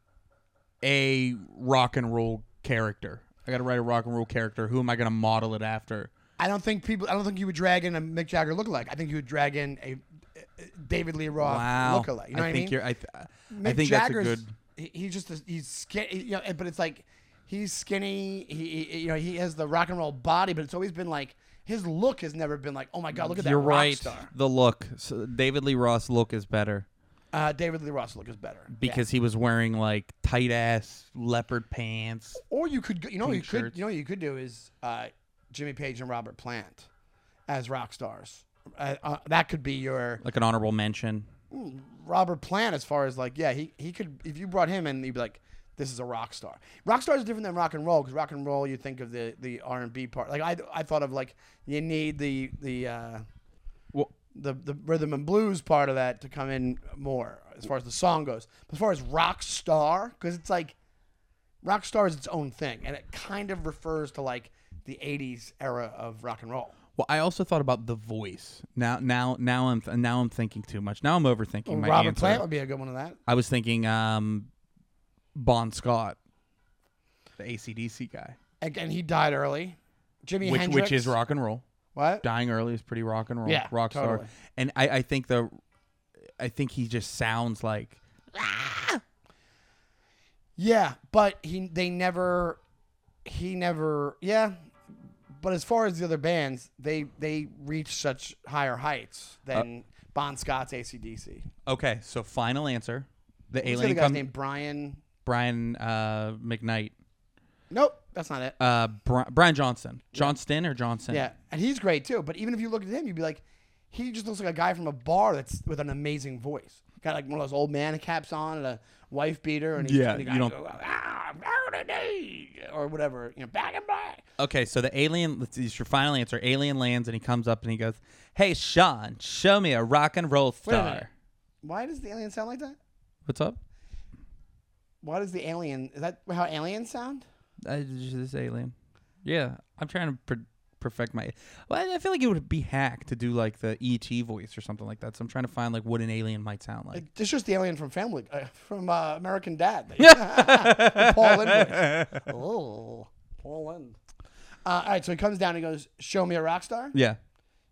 Speaker 1: a rock and roll character i gotta write a rock and roll character who am i gonna model it after
Speaker 2: I don't think people. I don't think you would drag in a Mick Jagger lookalike. I think you would drag in a uh, David Lee Roth lookalike. You know
Speaker 1: i think
Speaker 2: what I mean?
Speaker 1: you're i, th- I
Speaker 2: Mick
Speaker 1: think
Speaker 2: Jagger's,
Speaker 1: that's a good
Speaker 2: he- He's just a, he's skinny. You know, but it's like he's skinny. He, he- you know he has the rock and roll body, but it's always been like his look has never been like oh my god look at that
Speaker 1: you're
Speaker 2: rock
Speaker 1: right
Speaker 2: star.
Speaker 1: the look so david lee ross look is better
Speaker 2: Uh, David Lee Roth look is better Yeah.
Speaker 1: because he was wearing like tight ass leopard pants.
Speaker 2: Or you could, go, you know, what you could,
Speaker 1: T-shirts.
Speaker 2: you know, what you could do is uh, Jimmy Page and Robert Plant as rock stars. Uh, uh, that could be your
Speaker 1: Like an honorable mention.
Speaker 2: Robert Plant as far as like, yeah, he he could. If you brought him in, he'd be like, this is a rock star. Rock stars are different than rock and roll because rock and roll, you think of the the R and B part. Like I I thought of like you need the the. Uh,
Speaker 1: Well,
Speaker 2: the, the rhythm and blues part of that to come in more as far as the song goes. But as far as rock star, because it's like rock star is its own thing, and it kind of refers to like the '80s era of rock and roll.
Speaker 1: well, I also thought about the voice. Now, now, now I'm now I'm thinking too much. Now I'm overthinking my
Speaker 2: Robert
Speaker 1: answer.
Speaker 2: Plant would be a good one of that.
Speaker 1: I was thinking, um, Bon Scott, the ACDC guy,
Speaker 2: And, and he died early. Jimmy
Speaker 1: which which
Speaker 2: Hendrix,
Speaker 1: is rock and roll.
Speaker 2: What?
Speaker 1: dying early is pretty rock and roll.
Speaker 2: Yeah,
Speaker 1: rock star.
Speaker 2: totally.
Speaker 1: And I, I think the, I think he just sounds like
Speaker 2: Yeah, but he they never, he never. Yeah, but as far as the other bands, they they reach such higher heights than
Speaker 1: Uh,
Speaker 2: Bon Scott's ACDC.
Speaker 1: okay. So final answer, the
Speaker 2: What's the other
Speaker 1: alien
Speaker 2: guy's
Speaker 1: comes.
Speaker 2: name? Brian.
Speaker 1: Brian uh, McKnight,
Speaker 2: Nope, that's not it.
Speaker 1: uh, Bri- Brian Johnson, Johnston or Johnson.
Speaker 2: Yeah, and he's great too. But even if you look at him, you'd be like, he just looks like a guy from a bar that's with an amazing voice. Got like one of those old man caps on and a wife beater, and he's
Speaker 1: Yeah,
Speaker 2: and he
Speaker 1: you
Speaker 2: got-
Speaker 1: don't-
Speaker 2: "Ah, Saturday," or whatever, you know, back and back.
Speaker 1: Okay, so the alien. Let's it's your final answer. Alien lands and he comes up and he goes, "Hey Sean, show me a rock and roll
Speaker 2: Wait a
Speaker 1: star."
Speaker 2: minute. Why does the alien sound like that?
Speaker 1: What's up?
Speaker 2: Why does the alien? Is that how aliens sound?
Speaker 1: I, this alien. Yeah, I'm trying to per- perfect my. Well, I- I feel like it would be hack to do like the ET voice or something like that. So I'm trying to find like what an alien might sound like.
Speaker 2: It- It's just the alien from Family, uh, from uh, American Dad. The Paul Lind voice. Oh, Paul Lind. Uh, all right, so he comes down and he goes, "Show me a rock star."
Speaker 1: yeah.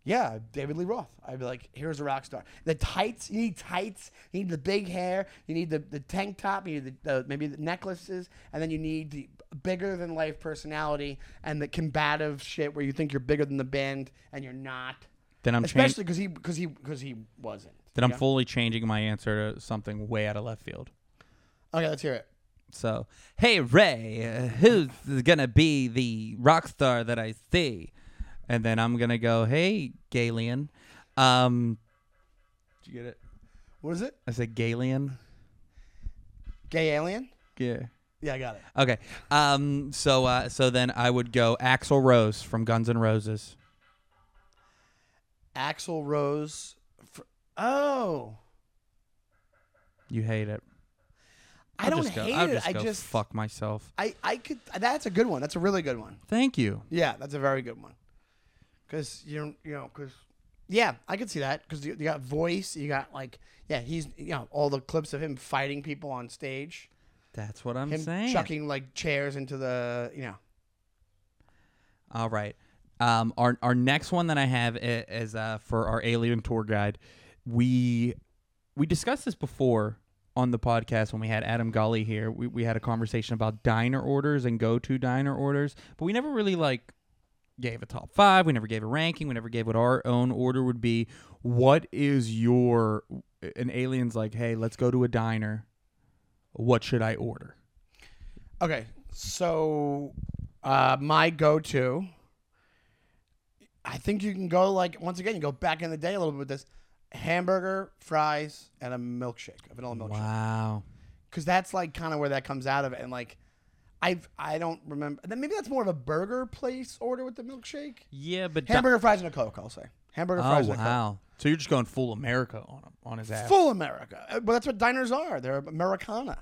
Speaker 2: Yeah, David Lee Roth. I'd be like, here's a rock star. The tights, you need tights. You need the big hair. You need the, the tank top. You need the, the maybe the necklaces, and then you need the bigger than life personality and the combative shit where you think you're bigger than the band and you're not.
Speaker 1: Then I'm changing.
Speaker 2: Especially because he because he because he wasn't.
Speaker 1: Then I'm fully changing my answer to something way out of left field.
Speaker 2: Okay, let's hear it.
Speaker 1: So, hey Ray, uh, who's gonna be the rock star that I see? And then I'm gonna go, hey Galen. Um, did you get it?
Speaker 2: What is it?
Speaker 1: I said Galen.
Speaker 2: Gay alien.
Speaker 1: Yeah.
Speaker 2: Yeah, I got it.
Speaker 1: Okay. Um. So. Uh. So then I would go Axl Rose from Guns N' Roses.
Speaker 2: Axel Rose. Fr- oh,
Speaker 1: You hate it.
Speaker 2: I
Speaker 1: I'll
Speaker 2: don't
Speaker 1: just go,
Speaker 2: hate
Speaker 1: I'll
Speaker 2: it.
Speaker 1: Just
Speaker 2: I
Speaker 1: go
Speaker 2: just
Speaker 1: fuck myself.
Speaker 2: I I could. That's a good one. That's a really good one.
Speaker 1: Thank you.
Speaker 2: Yeah, that's a very good one. Because you you know because yeah, I could see that because you, you got voice, you got like yeah, he's you know all the clips of him fighting people on stage,
Speaker 1: That's what I'm
Speaker 2: him
Speaker 1: saying.
Speaker 2: chucking like chairs into the you know
Speaker 1: All right. Um. Our our next one that I have i- is uh for our alien tour guide. We we discussed this before on the podcast when we had Adam Golly here. We we had a conversation about diner orders and go to diner orders, but we never really like gave a top five. We never gave a ranking. We never gave what our own order would be. What is your an alien's like? Hey, let's go to a diner. What should I order?
Speaker 2: Okay, so uh, my go-to, I think you can go like once again, you go back in the day a little bit with this hamburger, fries, and a milkshake, a vanilla milkshake,
Speaker 1: Wow.
Speaker 2: because that's like kind of where that comes out of it. And like, I I don't remember. Then maybe that's more of a burger place order with the milkshake.
Speaker 1: Yeah, but
Speaker 2: Hamburger, fries, and a coke. I'll say hamburger,
Speaker 1: Oh
Speaker 2: fries, and a coke.
Speaker 1: wow. So you're just going full America on him on his ass.
Speaker 2: Full America. Uh, Well, that's what diners are. They're Americana.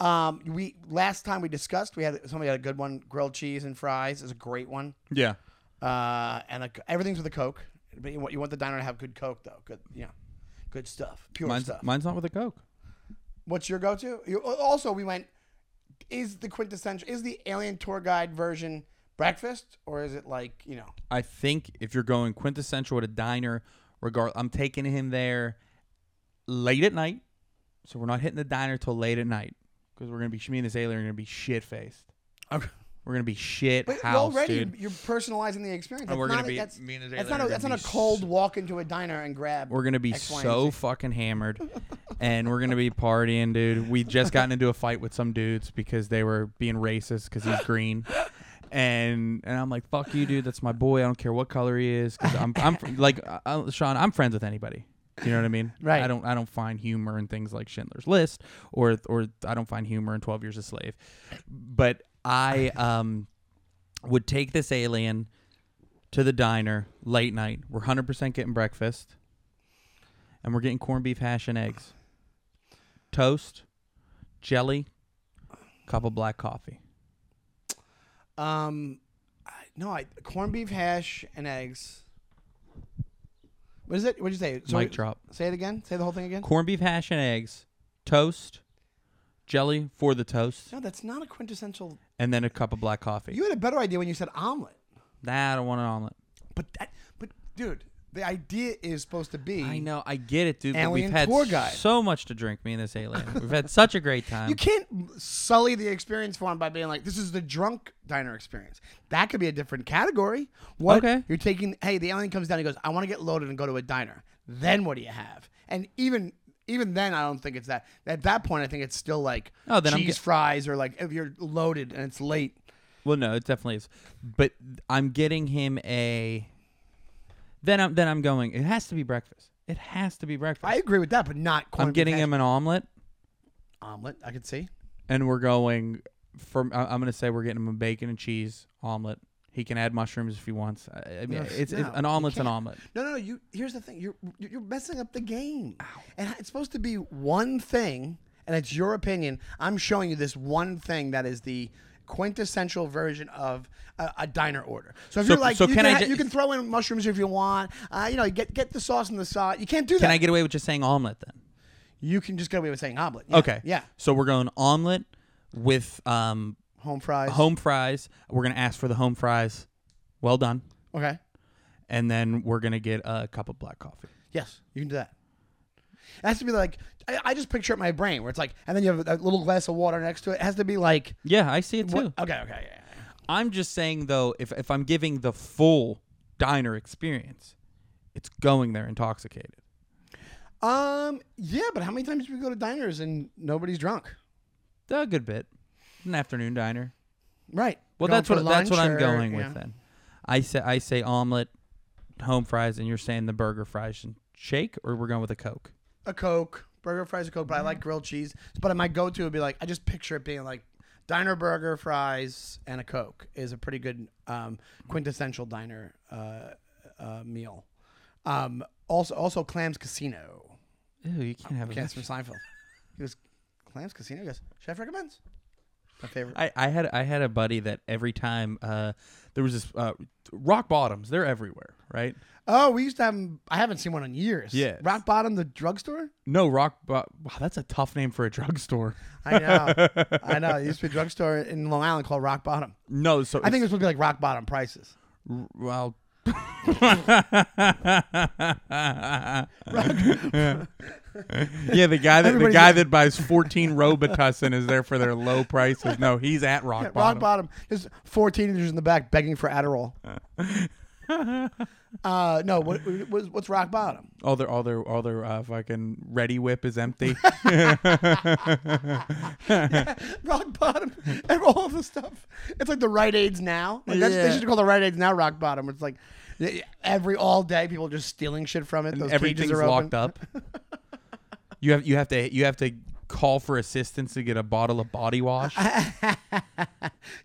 Speaker 2: Um, we last time we discussed, we had somebody had a good one. Grilled cheese and fries is a great one.
Speaker 1: Yeah.
Speaker 2: Uh, and a, everything's with a Coke. But you want, you want the diner to have good Coke though. Good, you know, good stuff, pure
Speaker 1: Mine's,
Speaker 2: stuff.
Speaker 1: mine's not with a Coke.
Speaker 2: What's your go-to? You, also, we went. Is the quintessential? Is the alien tour guide version breakfast, or is it like you know?
Speaker 1: I think if you're going quintessential at a diner, regard I'm taking him there late at night. So we're not hitting the diner till late at night. Because we're gonna be me and this alien are gonna be shit faced.
Speaker 2: Okay.
Speaker 1: We're gonna be shit
Speaker 2: But
Speaker 1: house,
Speaker 2: already
Speaker 1: dude.
Speaker 2: you're personalizing the experience. That's
Speaker 1: we're
Speaker 2: not
Speaker 1: gonna
Speaker 2: a-
Speaker 1: be-
Speaker 2: that's,
Speaker 1: me and his
Speaker 2: that's
Speaker 1: alien
Speaker 2: not
Speaker 1: are
Speaker 2: a, that's
Speaker 1: gonna
Speaker 2: not a
Speaker 1: be
Speaker 2: cold walk into a diner and grab.
Speaker 1: We're gonna be
Speaker 2: X, Y, and
Speaker 1: so
Speaker 2: Z.
Speaker 1: fucking hammered, and we're gonna be partying, dude. We just gotten into a fight with some dudes because they were being racist because he's green. And and I'm like, fuck you, dude. That's my boy. I don't care what color he is. Cause I'm I'm fr- like uh, uh, Sean. I'm friends with anybody. You know what I mean?
Speaker 2: Right.
Speaker 1: I don't I don't find humor in things like Schindler's List or or I don't find humor in Twelve Years a Slave. But I um would take this alien to the diner late night. We're hundred percent getting breakfast, and we're getting corned beef hash and eggs, toast, jelly, cup of black coffee.
Speaker 2: Um, I- no, I corned beef hash and eggs. What is it? What did you say?
Speaker 1: Mic drop.
Speaker 2: Say it again. Say the whole thing again.
Speaker 1: Corned beef hash and eggs, toast, jelly for the toast,
Speaker 2: No, that's not a quintessential.
Speaker 1: and then a cup of black coffee.
Speaker 2: You had a better idea when you said omelet,
Speaker 1: nah, I don't want an omelet.
Speaker 2: but that, but dude, the idea is supposed to be.
Speaker 1: I know, I get it, dude. but
Speaker 2: Alien
Speaker 1: we've had
Speaker 2: tour guide.
Speaker 1: so much to drink, me and this alien. We've had such a great time.
Speaker 2: You can't sully the experience for him by being like, "This is the drunk diner experience." That could be a different category. What
Speaker 1: Okay.
Speaker 2: you're taking? Hey, the alien comes down. and goes, "I want to get loaded and go to a diner." Then what do you have? And even even then, I don't think it's that. At that point, I think it's still like
Speaker 1: Oh, then I'm
Speaker 2: cheese
Speaker 1: get-
Speaker 2: fries or like if you're loaded and it's late.
Speaker 1: Well, no, it definitely is. But I'm getting him a. Then I'm then I'm going. It has to be breakfast. It has to be breakfast.
Speaker 2: I agree with that, but not. Corned
Speaker 1: I'm
Speaker 2: beef
Speaker 1: getting
Speaker 2: hash-
Speaker 1: him an omelet,
Speaker 2: omelet. I could see.
Speaker 1: and we're going from. I- I'm gonna say we're getting him a bacon and cheese omelet. He can add mushrooms if he wants. I, I mean,
Speaker 2: No,
Speaker 1: it's, it's
Speaker 2: no,
Speaker 1: an
Speaker 2: you
Speaker 1: omelet's an
Speaker 2: can't.
Speaker 1: omelet.
Speaker 2: No, no, no. You here's the thing. You're you're messing up the game, and it's supposed to be one thing, and it's your opinion. I'm showing you this one thing that is the quintessential version of a, a diner order. So if
Speaker 1: So-
Speaker 2: you're like,
Speaker 1: so
Speaker 2: you,
Speaker 1: can
Speaker 2: can
Speaker 1: I
Speaker 2: ha-
Speaker 1: ju-
Speaker 2: you can throw in mushrooms if you want. Uh, you know, get get the sauce and the sauce. You can't do
Speaker 1: Can
Speaker 2: that.
Speaker 1: I get away with just saying omelet then?
Speaker 2: you can just get away with saying omelet. Yeah,
Speaker 1: Okay.
Speaker 2: Yeah.
Speaker 1: So we're going omelet with um
Speaker 2: Home fries.
Speaker 1: home fries. We're gonna ask for the home fries. Well done.
Speaker 2: Okay.
Speaker 1: And then we're gonna get a cup of black coffee.
Speaker 2: Yes, you can do that. It has to be like I, I just picture it in my brain where it's like, and then you have a little glass of water next to it. It has to be like,
Speaker 1: Yeah, I see it too.
Speaker 2: what? okay, okay, yeah, yeah.
Speaker 1: I'm just saying though, if if I'm giving the full diner experience, it's going there intoxicated.
Speaker 2: Um, yeah, but how many times do we go to diners and nobody's drunk?
Speaker 1: A good bit, an afternoon diner.
Speaker 2: Right.
Speaker 1: Well,
Speaker 2: Going
Speaker 1: that's
Speaker 2: for
Speaker 1: what that's what
Speaker 2: lunch
Speaker 1: I'm
Speaker 2: or-
Speaker 1: going
Speaker 2: yeah.
Speaker 1: with then. I say I say omelet, home fries, and you're saying the burger fries and shake, or we're going with a coke.
Speaker 2: A Coke, burger, fries, a Coke, but I
Speaker 1: Mm-hmm.
Speaker 2: like grilled cheese. But my go to would be like, I just picture it being like diner burger, fries, and a Coke is a pretty good um, quintessential diner uh, uh, meal. Um, also, also Clams Casino.
Speaker 1: Ew, you can't have a.
Speaker 2: Cast from Seinfeld. He goes, Clams Casino? He goes, Chef recommends. My favorite.
Speaker 1: I, I had I had a buddy that every time uh, there was this uh, rock bottoms they're everywhere right
Speaker 2: Oh, we used to have 'em- I haven't seen one in years.
Speaker 1: Yes.
Speaker 2: Rock Bottom, the drugstore?
Speaker 1: no rock bo- wow that's a tough name for a drugstore
Speaker 2: I know. I know. It used to be a drugstore in Long Island called Rock Bottom.
Speaker 1: no so
Speaker 2: I think this would be like Rock Bottom prices.
Speaker 1: R- Well, yeah, the guy that
Speaker 2: Everybody's
Speaker 1: the guy
Speaker 2: like-
Speaker 1: that buys fourteen Robitussin is there for their low prices. No, he's at rock bottom.
Speaker 2: Rock Bottom. There's four teenagers in the back begging for Adderall. uh, no, what, what, what's Rock Bottom?
Speaker 1: All their all their all their uh, fucking ready whip is empty.
Speaker 2: Rock Bottom and all of the stuff. It's like the Rite Aids now. Like that's, They
Speaker 1: Yeah.
Speaker 2: should call the Rite Aids now Rock Bottom. It's like every all day people are just stealing shit from it. Those
Speaker 1: Everything's
Speaker 2: cages are open.
Speaker 1: locked up. You have you have to you have to call for assistance to get a bottle of body wash. I,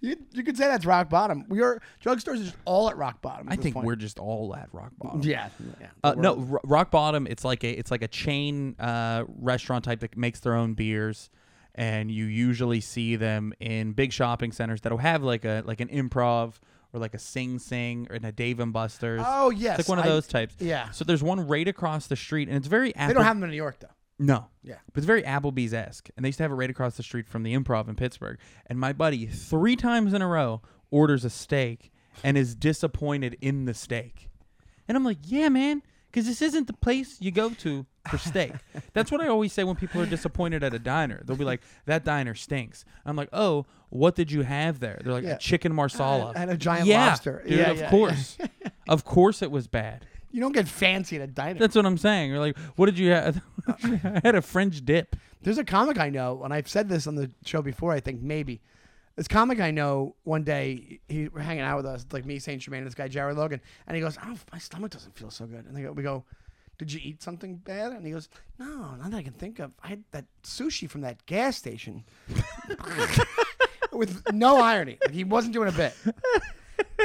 Speaker 2: You, you could say that's Rock Bottom. We are drugstores are just all at Rock Bottom. at this
Speaker 1: think
Speaker 2: point.
Speaker 1: we're just all at rock bottom.
Speaker 2: yeah. yeah.
Speaker 1: Uh, no, Ro- Rock Bottom. It's like a it's like a chain uh, restaurant type that makes their own beers, and you usually see them in big shopping centers that'll have like a like an improv or like a Sing Sing or in a Dave and Buster's.
Speaker 2: Oh yes,
Speaker 1: it's like one of
Speaker 2: I-
Speaker 1: those types.
Speaker 2: yeah.
Speaker 1: So there's one right across the street, and it's very Apple-
Speaker 2: They don't have them in New York though.
Speaker 1: no.
Speaker 2: Yeah.
Speaker 1: But it's very Applebee's esque. And they used to have it right across the street from the improv in Pittsburgh. And my buddy, three times in a row, orders a steak and is disappointed in the steak. And I'm like, yeah, man, because this isn't the place you go to for steak. That's what I always say when people are disappointed at a diner. They'll be like, that diner stinks. I'm like, oh, what did you have there? They're like,
Speaker 2: Yeah. Uh,
Speaker 1: a chicken marsala.
Speaker 2: And- and a giant
Speaker 1: yeah,
Speaker 2: lobster.
Speaker 1: Dude,
Speaker 2: Yeah,
Speaker 1: of
Speaker 2: yeah,
Speaker 1: course. of course it was bad.
Speaker 2: You don't get fancy at a diner.
Speaker 1: That's what I'm saying. You're like, what did you have?
Speaker 2: Uh,
Speaker 1: I had a French dip.
Speaker 2: There's a comic I know, and I've said this on the show before, I think, maybe. This comic I know, one day, he were hanging out with us, like me, St. Germain, and this guy, Jared Logan, and he goes, oh, my stomach doesn't feel so good. And they go, we go, did you eat something bad? And he goes, no, not that I can think of. I had that sushi from that gas station. with no irony. Like, he wasn't doing a bit.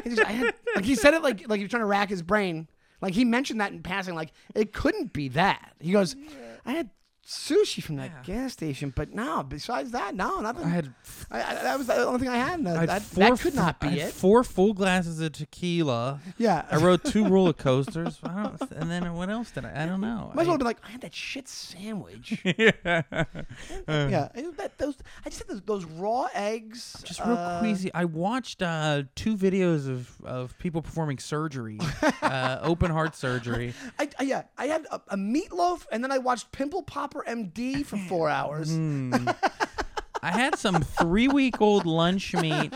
Speaker 2: He just- I had- like he said it like like he was trying to rack his brain. Like he mentioned that in passing. Like it couldn't be that. He goes, I had sushi from that gas station, but no. Besides that, no, nothing.
Speaker 1: I had
Speaker 2: I, I, that was the only thing I had. and uh,
Speaker 1: I
Speaker 2: That,
Speaker 1: had
Speaker 2: that,
Speaker 1: four
Speaker 2: that could
Speaker 1: fu-
Speaker 2: not
Speaker 1: I
Speaker 2: be
Speaker 1: had
Speaker 2: it.
Speaker 1: Four full glasses of tequila.
Speaker 2: Yeah.
Speaker 1: I rode two roller coasters. I don't, and then what else did I? I don't know.
Speaker 2: Might as well
Speaker 1: I,
Speaker 2: be like I had that shit sandwich.
Speaker 1: yeah.
Speaker 2: yeah, I, that, those, I just had those, those raw eggs.
Speaker 1: Just real
Speaker 2: uh,
Speaker 1: queasy. I watched uh, two videos of, of people performing surgery, uh, open heart surgery.
Speaker 2: I, I yeah, I had a, a meatloaf, and then I watched Pimple Popper MD for four hours.
Speaker 1: Mm. I had some three week old lunch meat,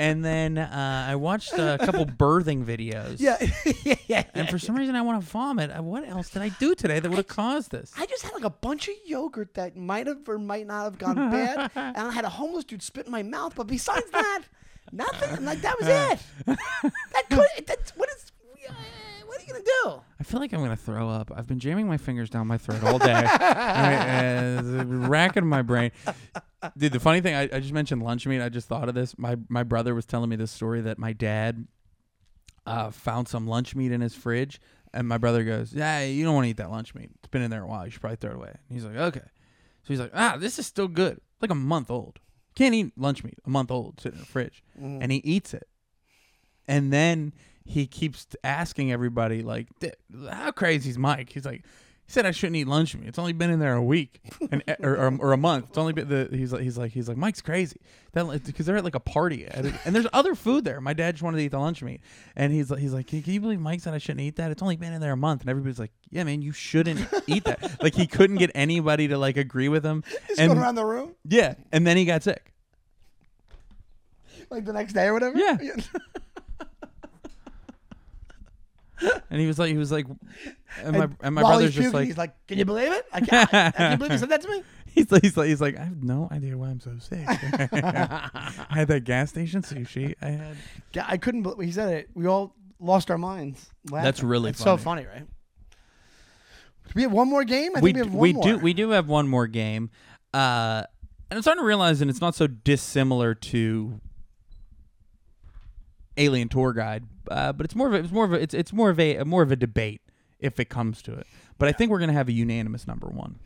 Speaker 1: and then uh, I watched a couple birthing videos.
Speaker 2: Yeah, yeah, yeah.
Speaker 1: And for some reason, I want to vomit. Uh, What else did I do today that would have caused this?
Speaker 2: I just had like a bunch of yogurt that might have or might not have gone bad, and I had a homeless dude spit in my mouth. But besides that, nothing. And, Like that was it. That could. That's what is. uh, What are you gonna do?
Speaker 1: I feel like I'm gonna throw up. I've been jamming my fingers down my throat all day, I, uh, racking my brain. Dude, the funny thing I, I just mentioned lunch meat. I just thought of this. My my brother was telling me this story that my dad uh, found some lunch meat in his fridge, and my brother goes, "Yeah, you don't want to eat that lunch meat. It's been in there a while. You should probably throw it away." And he's like, "Okay." So he's like, "Ah, this is still good. It's like a month old. Can't eat lunch meat a month old sitting in the fridge." And he eats it and then he keeps t- asking everybody like "D- how crazy is mike he's like he said i shouldn't eat lunch meat it's only been in there a week and e, or, or, or a month it's only been the he's like he's like he's like mike's crazy that because they're at like a party at it- and there's other food there my dad just wanted to eat the lunch meat and he's like he's like can, can you believe mike said i shouldn't eat that it's only been in there a month and everybody's like yeah man you shouldn't eat that like he couldn't get anybody to like agree with him
Speaker 2: Just
Speaker 1: and
Speaker 2: going around the room
Speaker 1: yeah and then he got sick
Speaker 2: like the next day or whatever.
Speaker 1: Yeah. and he was like he was like and, my and my
Speaker 2: While
Speaker 1: brother's just
Speaker 2: he's puking,
Speaker 1: like
Speaker 2: he's like, "Can you believe it? I can't, I can't believe you said that to me."
Speaker 1: He's like, he's like, he's like, I have no idea why I'm so sick. I had that gas station sushi. I had.
Speaker 2: Yeah, I couldn't believe he said it. We all lost our minds. Laughing.
Speaker 1: That's really
Speaker 2: it's so funny, right? Do we have one more game. I
Speaker 1: We
Speaker 2: think we have
Speaker 1: d-
Speaker 2: one
Speaker 1: we
Speaker 2: more.
Speaker 1: do we do have one more game, uh, and I'm starting to realize, and it's not so dissimilar to Alien Tour Guide, uh, but it's more of a, it's more of a, it's it's more of a more of a debate if it comes to it. But I think we're gonna have a unanimous number one.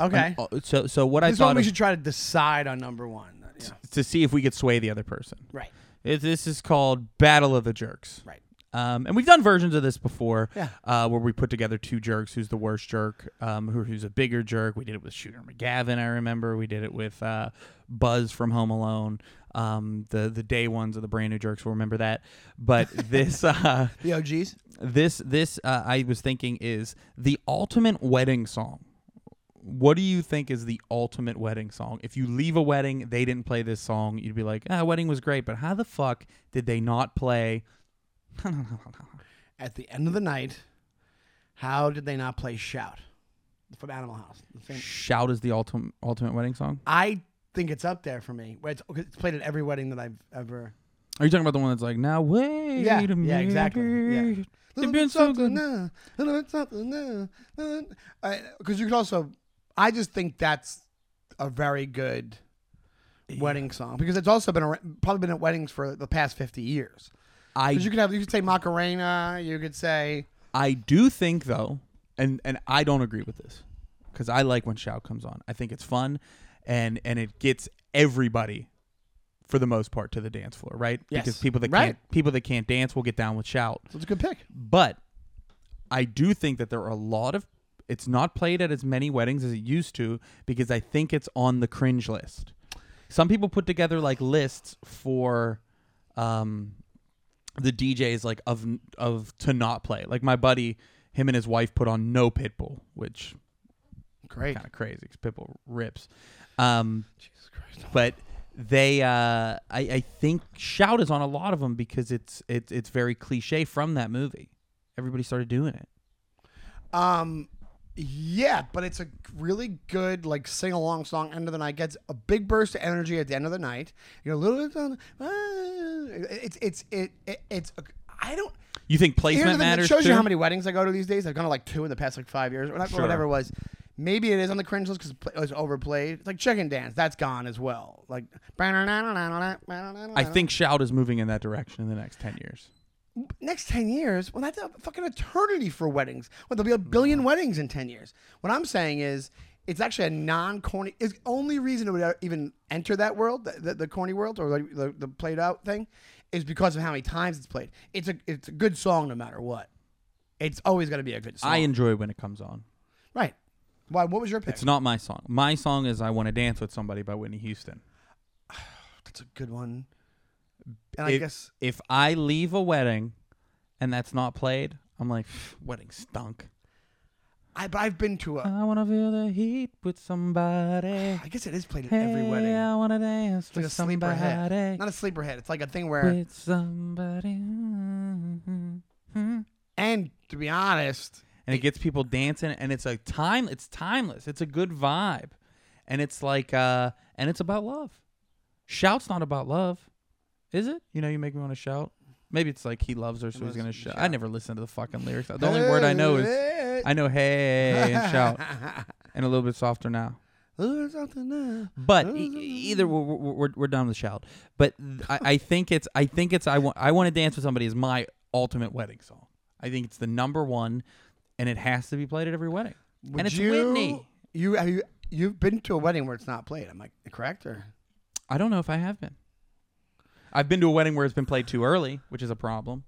Speaker 2: okay.
Speaker 1: Uh, So so what
Speaker 2: this
Speaker 1: I
Speaker 2: one
Speaker 1: thought
Speaker 2: we
Speaker 1: is
Speaker 2: should try to decide on number one. Uh, Yeah.
Speaker 1: to see if we could sway the other person.
Speaker 2: Right.
Speaker 1: It, this is called Battle of the Jerks.
Speaker 2: Right.
Speaker 1: Um, and we've done versions of this before,
Speaker 2: Yeah.
Speaker 1: uh, where we put together two jerks: who's the worst jerk, um, who, who's a bigger jerk. We did it with Shooter McGavin, I remember. We did it with uh, Buzz from Home Alone. Um, the the day ones of the brand new jerks will remember that. But this uh,
Speaker 2: The OGs.
Speaker 1: this this uh, I was thinking is the ultimate wedding song. What do you think is the ultimate wedding song? If you leave a wedding, they didn't play this song, you'd be like, "Ah, wedding was great, but how the fuck did they not play?"
Speaker 2: At the end of the night, how did they not play "Shout" from Animal House? The same-
Speaker 1: Shout is the ultimate ultimate wedding song.
Speaker 2: I think it's up there for me. It's, it's played at every wedding that I've ever.
Speaker 1: Are you talking about the one that's like, "Now wait
Speaker 2: Yeah,
Speaker 1: a
Speaker 2: yeah,
Speaker 1: minute"?
Speaker 2: exactly, yeah.
Speaker 1: They've been so good.
Speaker 2: Because you could also, I just think that's a very good wedding song because it's also been ar- probably been at weddings for the past fifty years.
Speaker 1: I
Speaker 2: Because you could have you could say Macarena, you could say
Speaker 1: I do think though, and and I don't agree with this because I like when shout comes on. I think it's fun, and and it gets everybody for the most part to the dance floor, right?
Speaker 2: Yes.
Speaker 1: Because people that
Speaker 2: Right.
Speaker 1: can't people that can't dance will get down with shout.
Speaker 2: so it's a good pick.
Speaker 1: But I do think that there are a lot of it's not played at as many weddings as it used to because I think it's on the cringe list. Some people put together like lists for um the DJs like of of to not play. Like my buddy, him and his wife put on no Pitbull, which
Speaker 2: Great.
Speaker 1: kind of crazy 'cause Pitbull rips. Um
Speaker 2: Jesus Christ.
Speaker 1: but they uh I, I think shout is on a lot of them because it's it's it's very cliche from that movie everybody started doing it
Speaker 2: Um, Yeah, but it's a really good like sing along song. End of the night gets a big burst of energy at the end of the night. You're a little bit done. ah, It's it's it, it it's I don't.
Speaker 1: You think
Speaker 2: Here's
Speaker 1: placement
Speaker 2: the thing that
Speaker 1: matters
Speaker 2: shows
Speaker 1: too?
Speaker 2: you how many weddings I go to these days. I've gone to like two in the past like five years or, not, or
Speaker 1: Sure.
Speaker 2: whatever it was. Maybe it is on the cringe list because it was overplayed. It's like chicken dance. That's gone as well. Like
Speaker 1: I
Speaker 2: I
Speaker 1: think Shout is moving in that direction in the next ten years.
Speaker 2: next 10 years, well, that's a fucking eternity for weddings. Well, there'll be a billion weddings in 10 years. What I'm saying is, it's actually a non corny, it's the only reason it would even enter that world, the, the, the corny world or like the, the played out thing, is because of how many times it's played. It's a, it's a good song no matter what. It's always going to be a good song.
Speaker 1: I enjoy when it comes on.
Speaker 2: right. Why? What was your pick?
Speaker 1: It's not my song. My song is "I Want to Dance with Somebody" by Whitney Houston.
Speaker 2: that's a good one. And I
Speaker 1: It-
Speaker 2: guess
Speaker 1: If I leave a wedding and that's not played, I'm like, "Pff, wedding stunk.
Speaker 2: I, but I've been to a.
Speaker 1: I want to feel the heat with somebody.
Speaker 2: I guess it is played at
Speaker 1: Hey,
Speaker 2: every wedding.
Speaker 1: I want to dance
Speaker 2: It's like
Speaker 1: with
Speaker 2: a sleeper
Speaker 1: somebody.
Speaker 2: hit. Not a sleeper hit. It's like a thing where
Speaker 1: with somebody. Mm-hmm. And
Speaker 2: And to be honest,
Speaker 1: it gets people dancing, and it's like time. It's timeless. It's a good vibe, and it's like, uh, and it's about love. Shout's not about love, is it? You know, you make me want to shout. Maybe it's like he loves her, so he's
Speaker 2: must
Speaker 1: gonna
Speaker 2: be
Speaker 1: shout.
Speaker 2: shout.
Speaker 1: I never listen to the fucking lyrics. The only word I know is I know hey and shout, and a little bit softer now.
Speaker 2: Ooh, something now.
Speaker 1: But e-
Speaker 2: Mm-hmm.
Speaker 1: e- either we're, we're, we're- we're done with shout. But th- I, I think it's I think it's I want I want to dance with somebody is my ultimate wedding song. I think it's the number one, and it has to be played at every wedding.
Speaker 2: Would
Speaker 1: and it's
Speaker 2: you,
Speaker 1: Whitney.
Speaker 2: You have you you've been to a wedding where it's not played. Am I correct or?
Speaker 1: I don't know if I have been. I've been to a wedding where it's been played too early, which is a problem.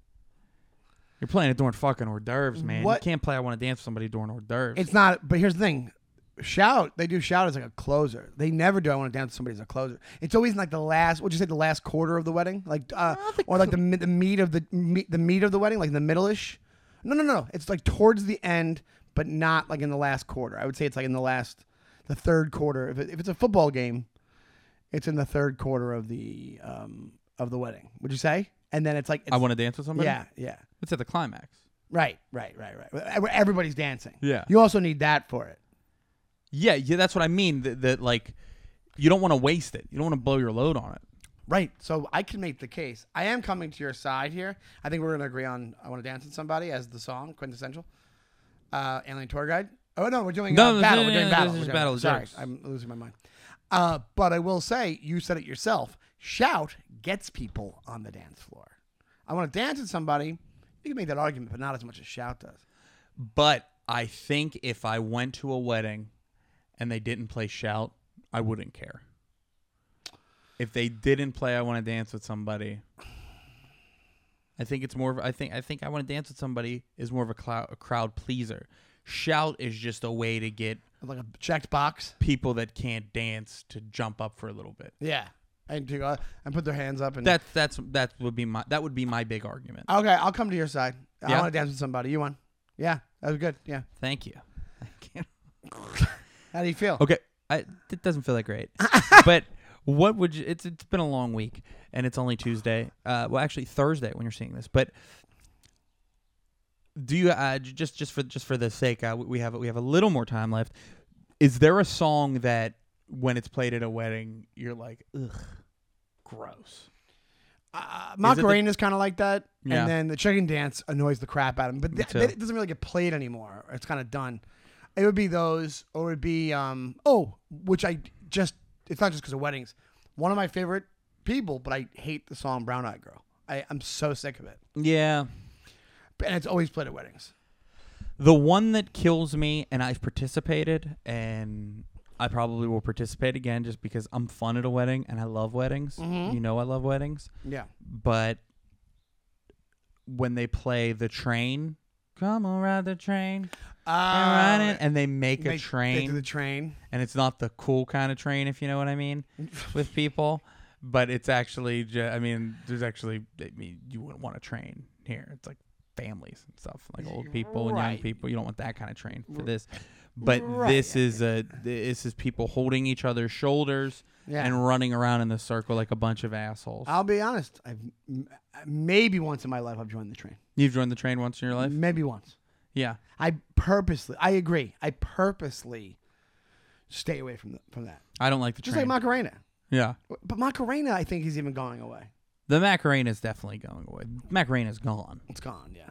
Speaker 1: You're playing it during fucking hors d'oeuvres, man.
Speaker 2: What-
Speaker 1: You can't play I want to dance with somebody during hors d'oeuvres.
Speaker 2: It's not. But here's the thing. Shout, they do shout as like a closer. They never do. I want to dance with somebody as a closer. It's always like the last. Would you say the last quarter of the wedding, like, uh,
Speaker 1: Not the
Speaker 2: or like the mi- the meat of the meat, the meat of the wedding, like the middle-ish? No, no, no. It's like towards the end, but not like in the last quarter. I would say it's like in the last, the third quarter. If, it, if it's a football game, it's in the third quarter of the um of the wedding. Would you say? And then it's like, it's,
Speaker 1: I want to dance with somebody.
Speaker 2: yeah, yeah.
Speaker 1: it's at the climax.
Speaker 2: Right, right, right, right. Where Everybody's dancing.
Speaker 1: Yeah.
Speaker 2: You also need that for it.
Speaker 1: Yeah, yeah, that's what I mean. That, that like, you don't want to waste it. You don't want to blow your load on it.
Speaker 2: Right. So I can make the case. I am coming to your side here. I think we're going to agree on I Want to Dance with Somebody as the song, quintessential. Uh, Alien Tour Guide. Oh, no, we're doing
Speaker 1: No,
Speaker 2: uh,
Speaker 1: no,
Speaker 2: battle.
Speaker 1: no,
Speaker 2: we're doing
Speaker 1: no,
Speaker 2: battle.
Speaker 1: this is
Speaker 2: We're doing
Speaker 1: battle of
Speaker 2: Sorry,
Speaker 1: jerks.
Speaker 2: I'm losing my mind. Uh, but I will say, you said it yourself. Shout gets people on the dance floor. I want to dance with somebody. You can make that argument, but not as much as shout does.
Speaker 1: But I think if I went to a wedding and they didn't play Shout, I wouldn't care. If they didn't play I Want to Dance with Somebody, I think it's more of I think I think I Want to Dance with Somebody is more of a, clou a crowd pleaser. Shout is just a way to get
Speaker 2: Like a checked box.
Speaker 1: people that can't dance to jump up for a little bit.
Speaker 2: Yeah. And to go and put their hands up and
Speaker 1: That's that's that would be my that would be my big argument.
Speaker 2: Okay, I'll come to your side. I
Speaker 1: Yeah?
Speaker 2: want to dance with somebody. You won. Yeah, that was good. Yeah.
Speaker 1: Thank you. Thank you.
Speaker 2: How do you feel?
Speaker 1: Okay, I, it doesn't feel that great. but what would you? It's it's been a long week, and it's only Tuesday. Uh, well, actually Thursday when you're seeing this. But do you uh, j- just just for just for the sake uh, we- we have we have a little more time left? Is there a song that when it's played at a wedding you're like ugh, gross?
Speaker 2: Uh,
Speaker 1: the-
Speaker 2: Macarena is kind of like that,
Speaker 1: Yeah.
Speaker 2: and then the chicken dance annoys the crap out of him. But that,
Speaker 1: too.
Speaker 2: that- it doesn't really get played anymore. It's kind of done. It would be those, or it would be um oh, which I just it's not just because of weddings. One of my favorite people, but I hate the song Brown Eyed Girl. I I'm so sick of it,
Speaker 1: Yeah,
Speaker 2: and it's always played at weddings.
Speaker 1: The one that kills me, and I've participated, and I probably will participate again just because I'm fun at a wedding and I love weddings. You know, I love weddings.
Speaker 2: Yeah,
Speaker 1: But when they play the train, come on, ride the train,
Speaker 2: uh,
Speaker 1: and ride it, and they Um, make a
Speaker 2: make- they do
Speaker 1: train,
Speaker 2: the train.
Speaker 1: and it's not the cool kind of train, if you know what I mean, with people. But it's actually, ju- I mean, there's actually, I mean, you wouldn't want a train here. It's like families and stuff, like old people and young
Speaker 2: Right.
Speaker 1: people. You don't want that kind of train for this. But
Speaker 2: Right.
Speaker 1: this is a this is people holding each other's shoulders
Speaker 2: Yeah.
Speaker 1: and running around in the circle like a bunch of assholes.
Speaker 2: I'll be honest. I've m- maybe once in my life I've joined the train. Mm-hmm.
Speaker 1: You've joined the train once in your life.
Speaker 2: Maybe once.
Speaker 1: Yeah.
Speaker 2: I purposely, I agree. I purposely stay away from the, from that.
Speaker 1: I don't like the
Speaker 2: Just
Speaker 1: train.
Speaker 2: like Macarena,
Speaker 1: yeah.
Speaker 2: but Macarena, I think is even going away.
Speaker 1: The Macarena is definitely going away. Macarena is gone.
Speaker 2: It's gone, yeah.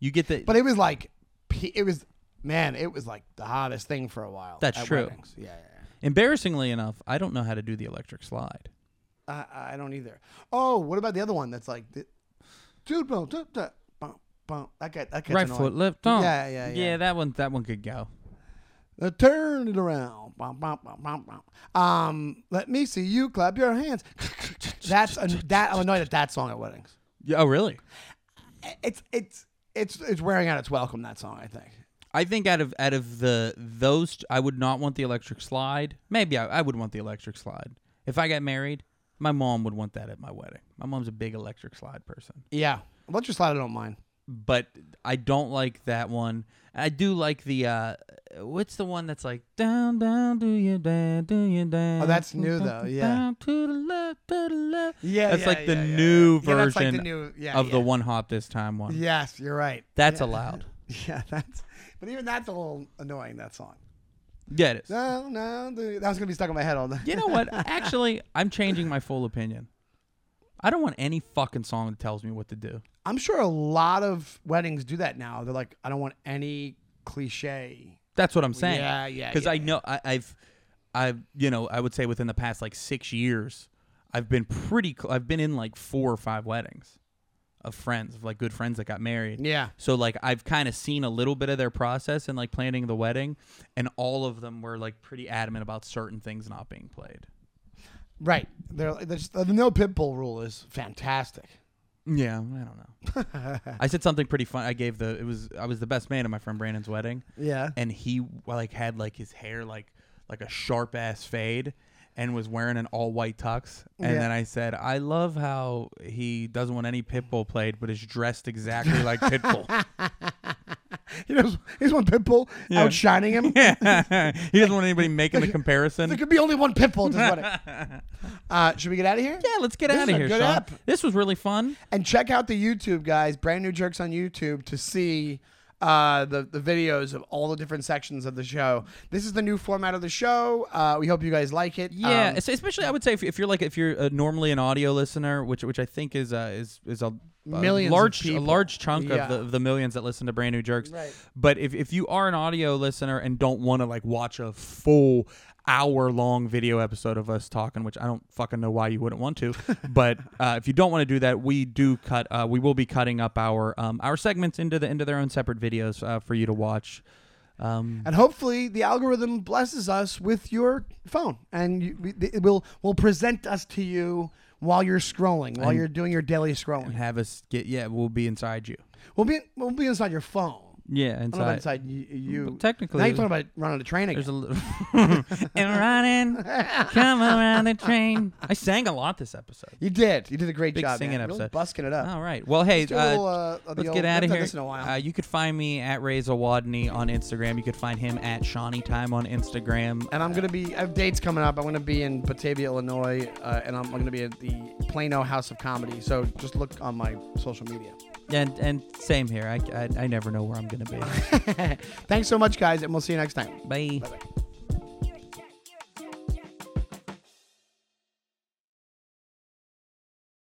Speaker 1: You get the
Speaker 2: But it was like, pe- it was man, it was like the hottest thing for a while.
Speaker 1: That's
Speaker 2: at
Speaker 1: true.
Speaker 2: weddings. Yeah, yeah. yeah.
Speaker 1: embarrassingly enough, I don't know how to do the electric slide.
Speaker 2: I, I don't either. Oh, what about the other one that's like, the, dude, boom, duh, duh, bump, bump. That guy, that guy's
Speaker 1: right foot left thumb.
Speaker 2: Yeah, yeah, yeah.
Speaker 1: Yeah, that one that one could go.
Speaker 2: Uh, turn it around. Bum, bum, bum, bum, bum. Um, let me see you clap your hands. That's an, that I'm annoyed at that song at weddings.
Speaker 1: Yeah, oh really?
Speaker 2: It's it's it's it's wearing out its welcome. That song, I think.
Speaker 1: I think out of out of the those I would not want the electric slide. Maybe I, I would want the electric slide. If I got married, my mom would want that at my wedding. My mom's a big electric slide person.
Speaker 2: Yeah, let's just slide it on mine.
Speaker 1: But I don't like that one. I do like the uh what's the one that's like down down do you down do you down.
Speaker 2: Oh, that's new, though, yeah.
Speaker 1: Down to the left to the left.
Speaker 2: Yeah,
Speaker 1: That's
Speaker 2: yeah,
Speaker 1: like the
Speaker 2: yeah, yeah,
Speaker 1: new
Speaker 2: yeah. Yeah, that's like the
Speaker 1: version
Speaker 2: new- yeah,
Speaker 1: of the
Speaker 2: yeah.
Speaker 1: one hop this time one.
Speaker 2: Yes, you're right.
Speaker 1: That's
Speaker 2: yeah.
Speaker 1: allowed.
Speaker 2: Yeah, that's. But even that's a little annoying. That song.
Speaker 1: Yeah, it is.
Speaker 2: No, no, dude. that was gonna be stuck in my head all day.
Speaker 1: You know what? Actually, I'm changing my full opinion. I don't want any fucking song that tells me what to do.
Speaker 2: I'm sure a lot of weddings do that now. They're like, I don't want any cliche.
Speaker 1: That's what I'm saying.
Speaker 2: Yeah, yeah,
Speaker 1: Because
Speaker 2: yeah,
Speaker 1: I
Speaker 2: yeah.
Speaker 1: know I, I've, I've, you know, I would say within the past like six years, I've been pretty. Cl- I've been in like four or five weddings, of friends, of like good friends that got married.
Speaker 2: Yeah.
Speaker 1: So like I've kind of seen a little bit of their process and like planning the wedding, and all of them were like pretty adamant about certain things not being played.
Speaker 2: Right. They're, they're just, the no pitbull rule is fantastic.
Speaker 1: Yeah, I don't know. I said something pretty fun. I gave the it was I was the best man at my friend Brandon's wedding,
Speaker 2: Yeah.
Speaker 1: and he like had like his hair like like a sharp ass fade, and was wearing an all white tux. And
Speaker 2: Yeah.
Speaker 1: then I said, I love how he doesn't want any pitbull played, but is dressed exactly like pitbull.
Speaker 2: He knows, he's one pitbull
Speaker 1: Yeah.
Speaker 2: outshining him.
Speaker 1: he doesn't want anybody making the comparison.
Speaker 2: There could be only one pitbull. Just what uh, should we get out of here?
Speaker 1: yeah, let's get
Speaker 2: This
Speaker 1: out
Speaker 2: is
Speaker 1: of
Speaker 2: a
Speaker 1: here,
Speaker 2: good
Speaker 1: Sean.
Speaker 2: app.
Speaker 1: This was really fun.
Speaker 2: And check out the YouTube guys, brand new jerks on YouTube to see uh, the the videos of all the different sections of the show. This is the new format of the show. Uh, we hope you guys like it.
Speaker 1: Yeah,
Speaker 2: Um,
Speaker 1: es- especially I would say if, if you're like if you're uh, normally an audio listener, which which I think is uh, is is a, a
Speaker 2: Millions of
Speaker 1: large a
Speaker 2: people.
Speaker 1: large chunk
Speaker 2: Yeah.
Speaker 1: of, the, of the millions that listen to brand new jerks.
Speaker 2: Right.
Speaker 1: But if if you are an audio listener and don't want to like watch a full hour long video episode of us talking, which I don't fucking know why you wouldn't want to, but uh, if you don't want to do that, we do cut. Uh, we will be cutting up our um, our segments into the into their own separate videos uh, for you to watch. Um,
Speaker 2: and hopefully the algorithm blesses us with your phone, and you, we, it will will present us to you while you're scrolling, while you're doing your daily
Speaker 1: and
Speaker 2: scrolling.
Speaker 1: have us get yeah, we'll be inside you.
Speaker 2: We'll be we'll be inside your phone.
Speaker 1: Yeah,
Speaker 2: I don't know about
Speaker 1: inside.
Speaker 2: inside you. you.
Speaker 1: But technically-
Speaker 2: now you're talking about running a train again.
Speaker 1: There's a little and running, come around the train. I sang a lot this episode.
Speaker 2: you did. You did a great
Speaker 1: Big
Speaker 2: job.
Speaker 1: singing
Speaker 2: man. Really
Speaker 1: episode.
Speaker 2: busking it up.
Speaker 1: All right. Well, hey,
Speaker 2: do a little,
Speaker 1: uh,
Speaker 2: uh, of the
Speaker 1: let's get
Speaker 2: old- we
Speaker 1: out
Speaker 2: haven't
Speaker 1: of
Speaker 2: done
Speaker 1: here.
Speaker 2: this in a while.
Speaker 1: Uh, you could find me at Ray Zawadney on Instagram. You could find him at Shawnee Time on Instagram.
Speaker 2: and I'm gonna be. I have dates coming up. I'm gonna be in Batavia, Illinois, uh, and I'm, gonna be at the Plano House of Comedy. So just look on my social media.
Speaker 1: And and same here. I, I, I never know where I'm gonna be.
Speaker 2: Thanks so much, guys, and we'll see you next time.
Speaker 1: Bye.
Speaker 2: Bye bye.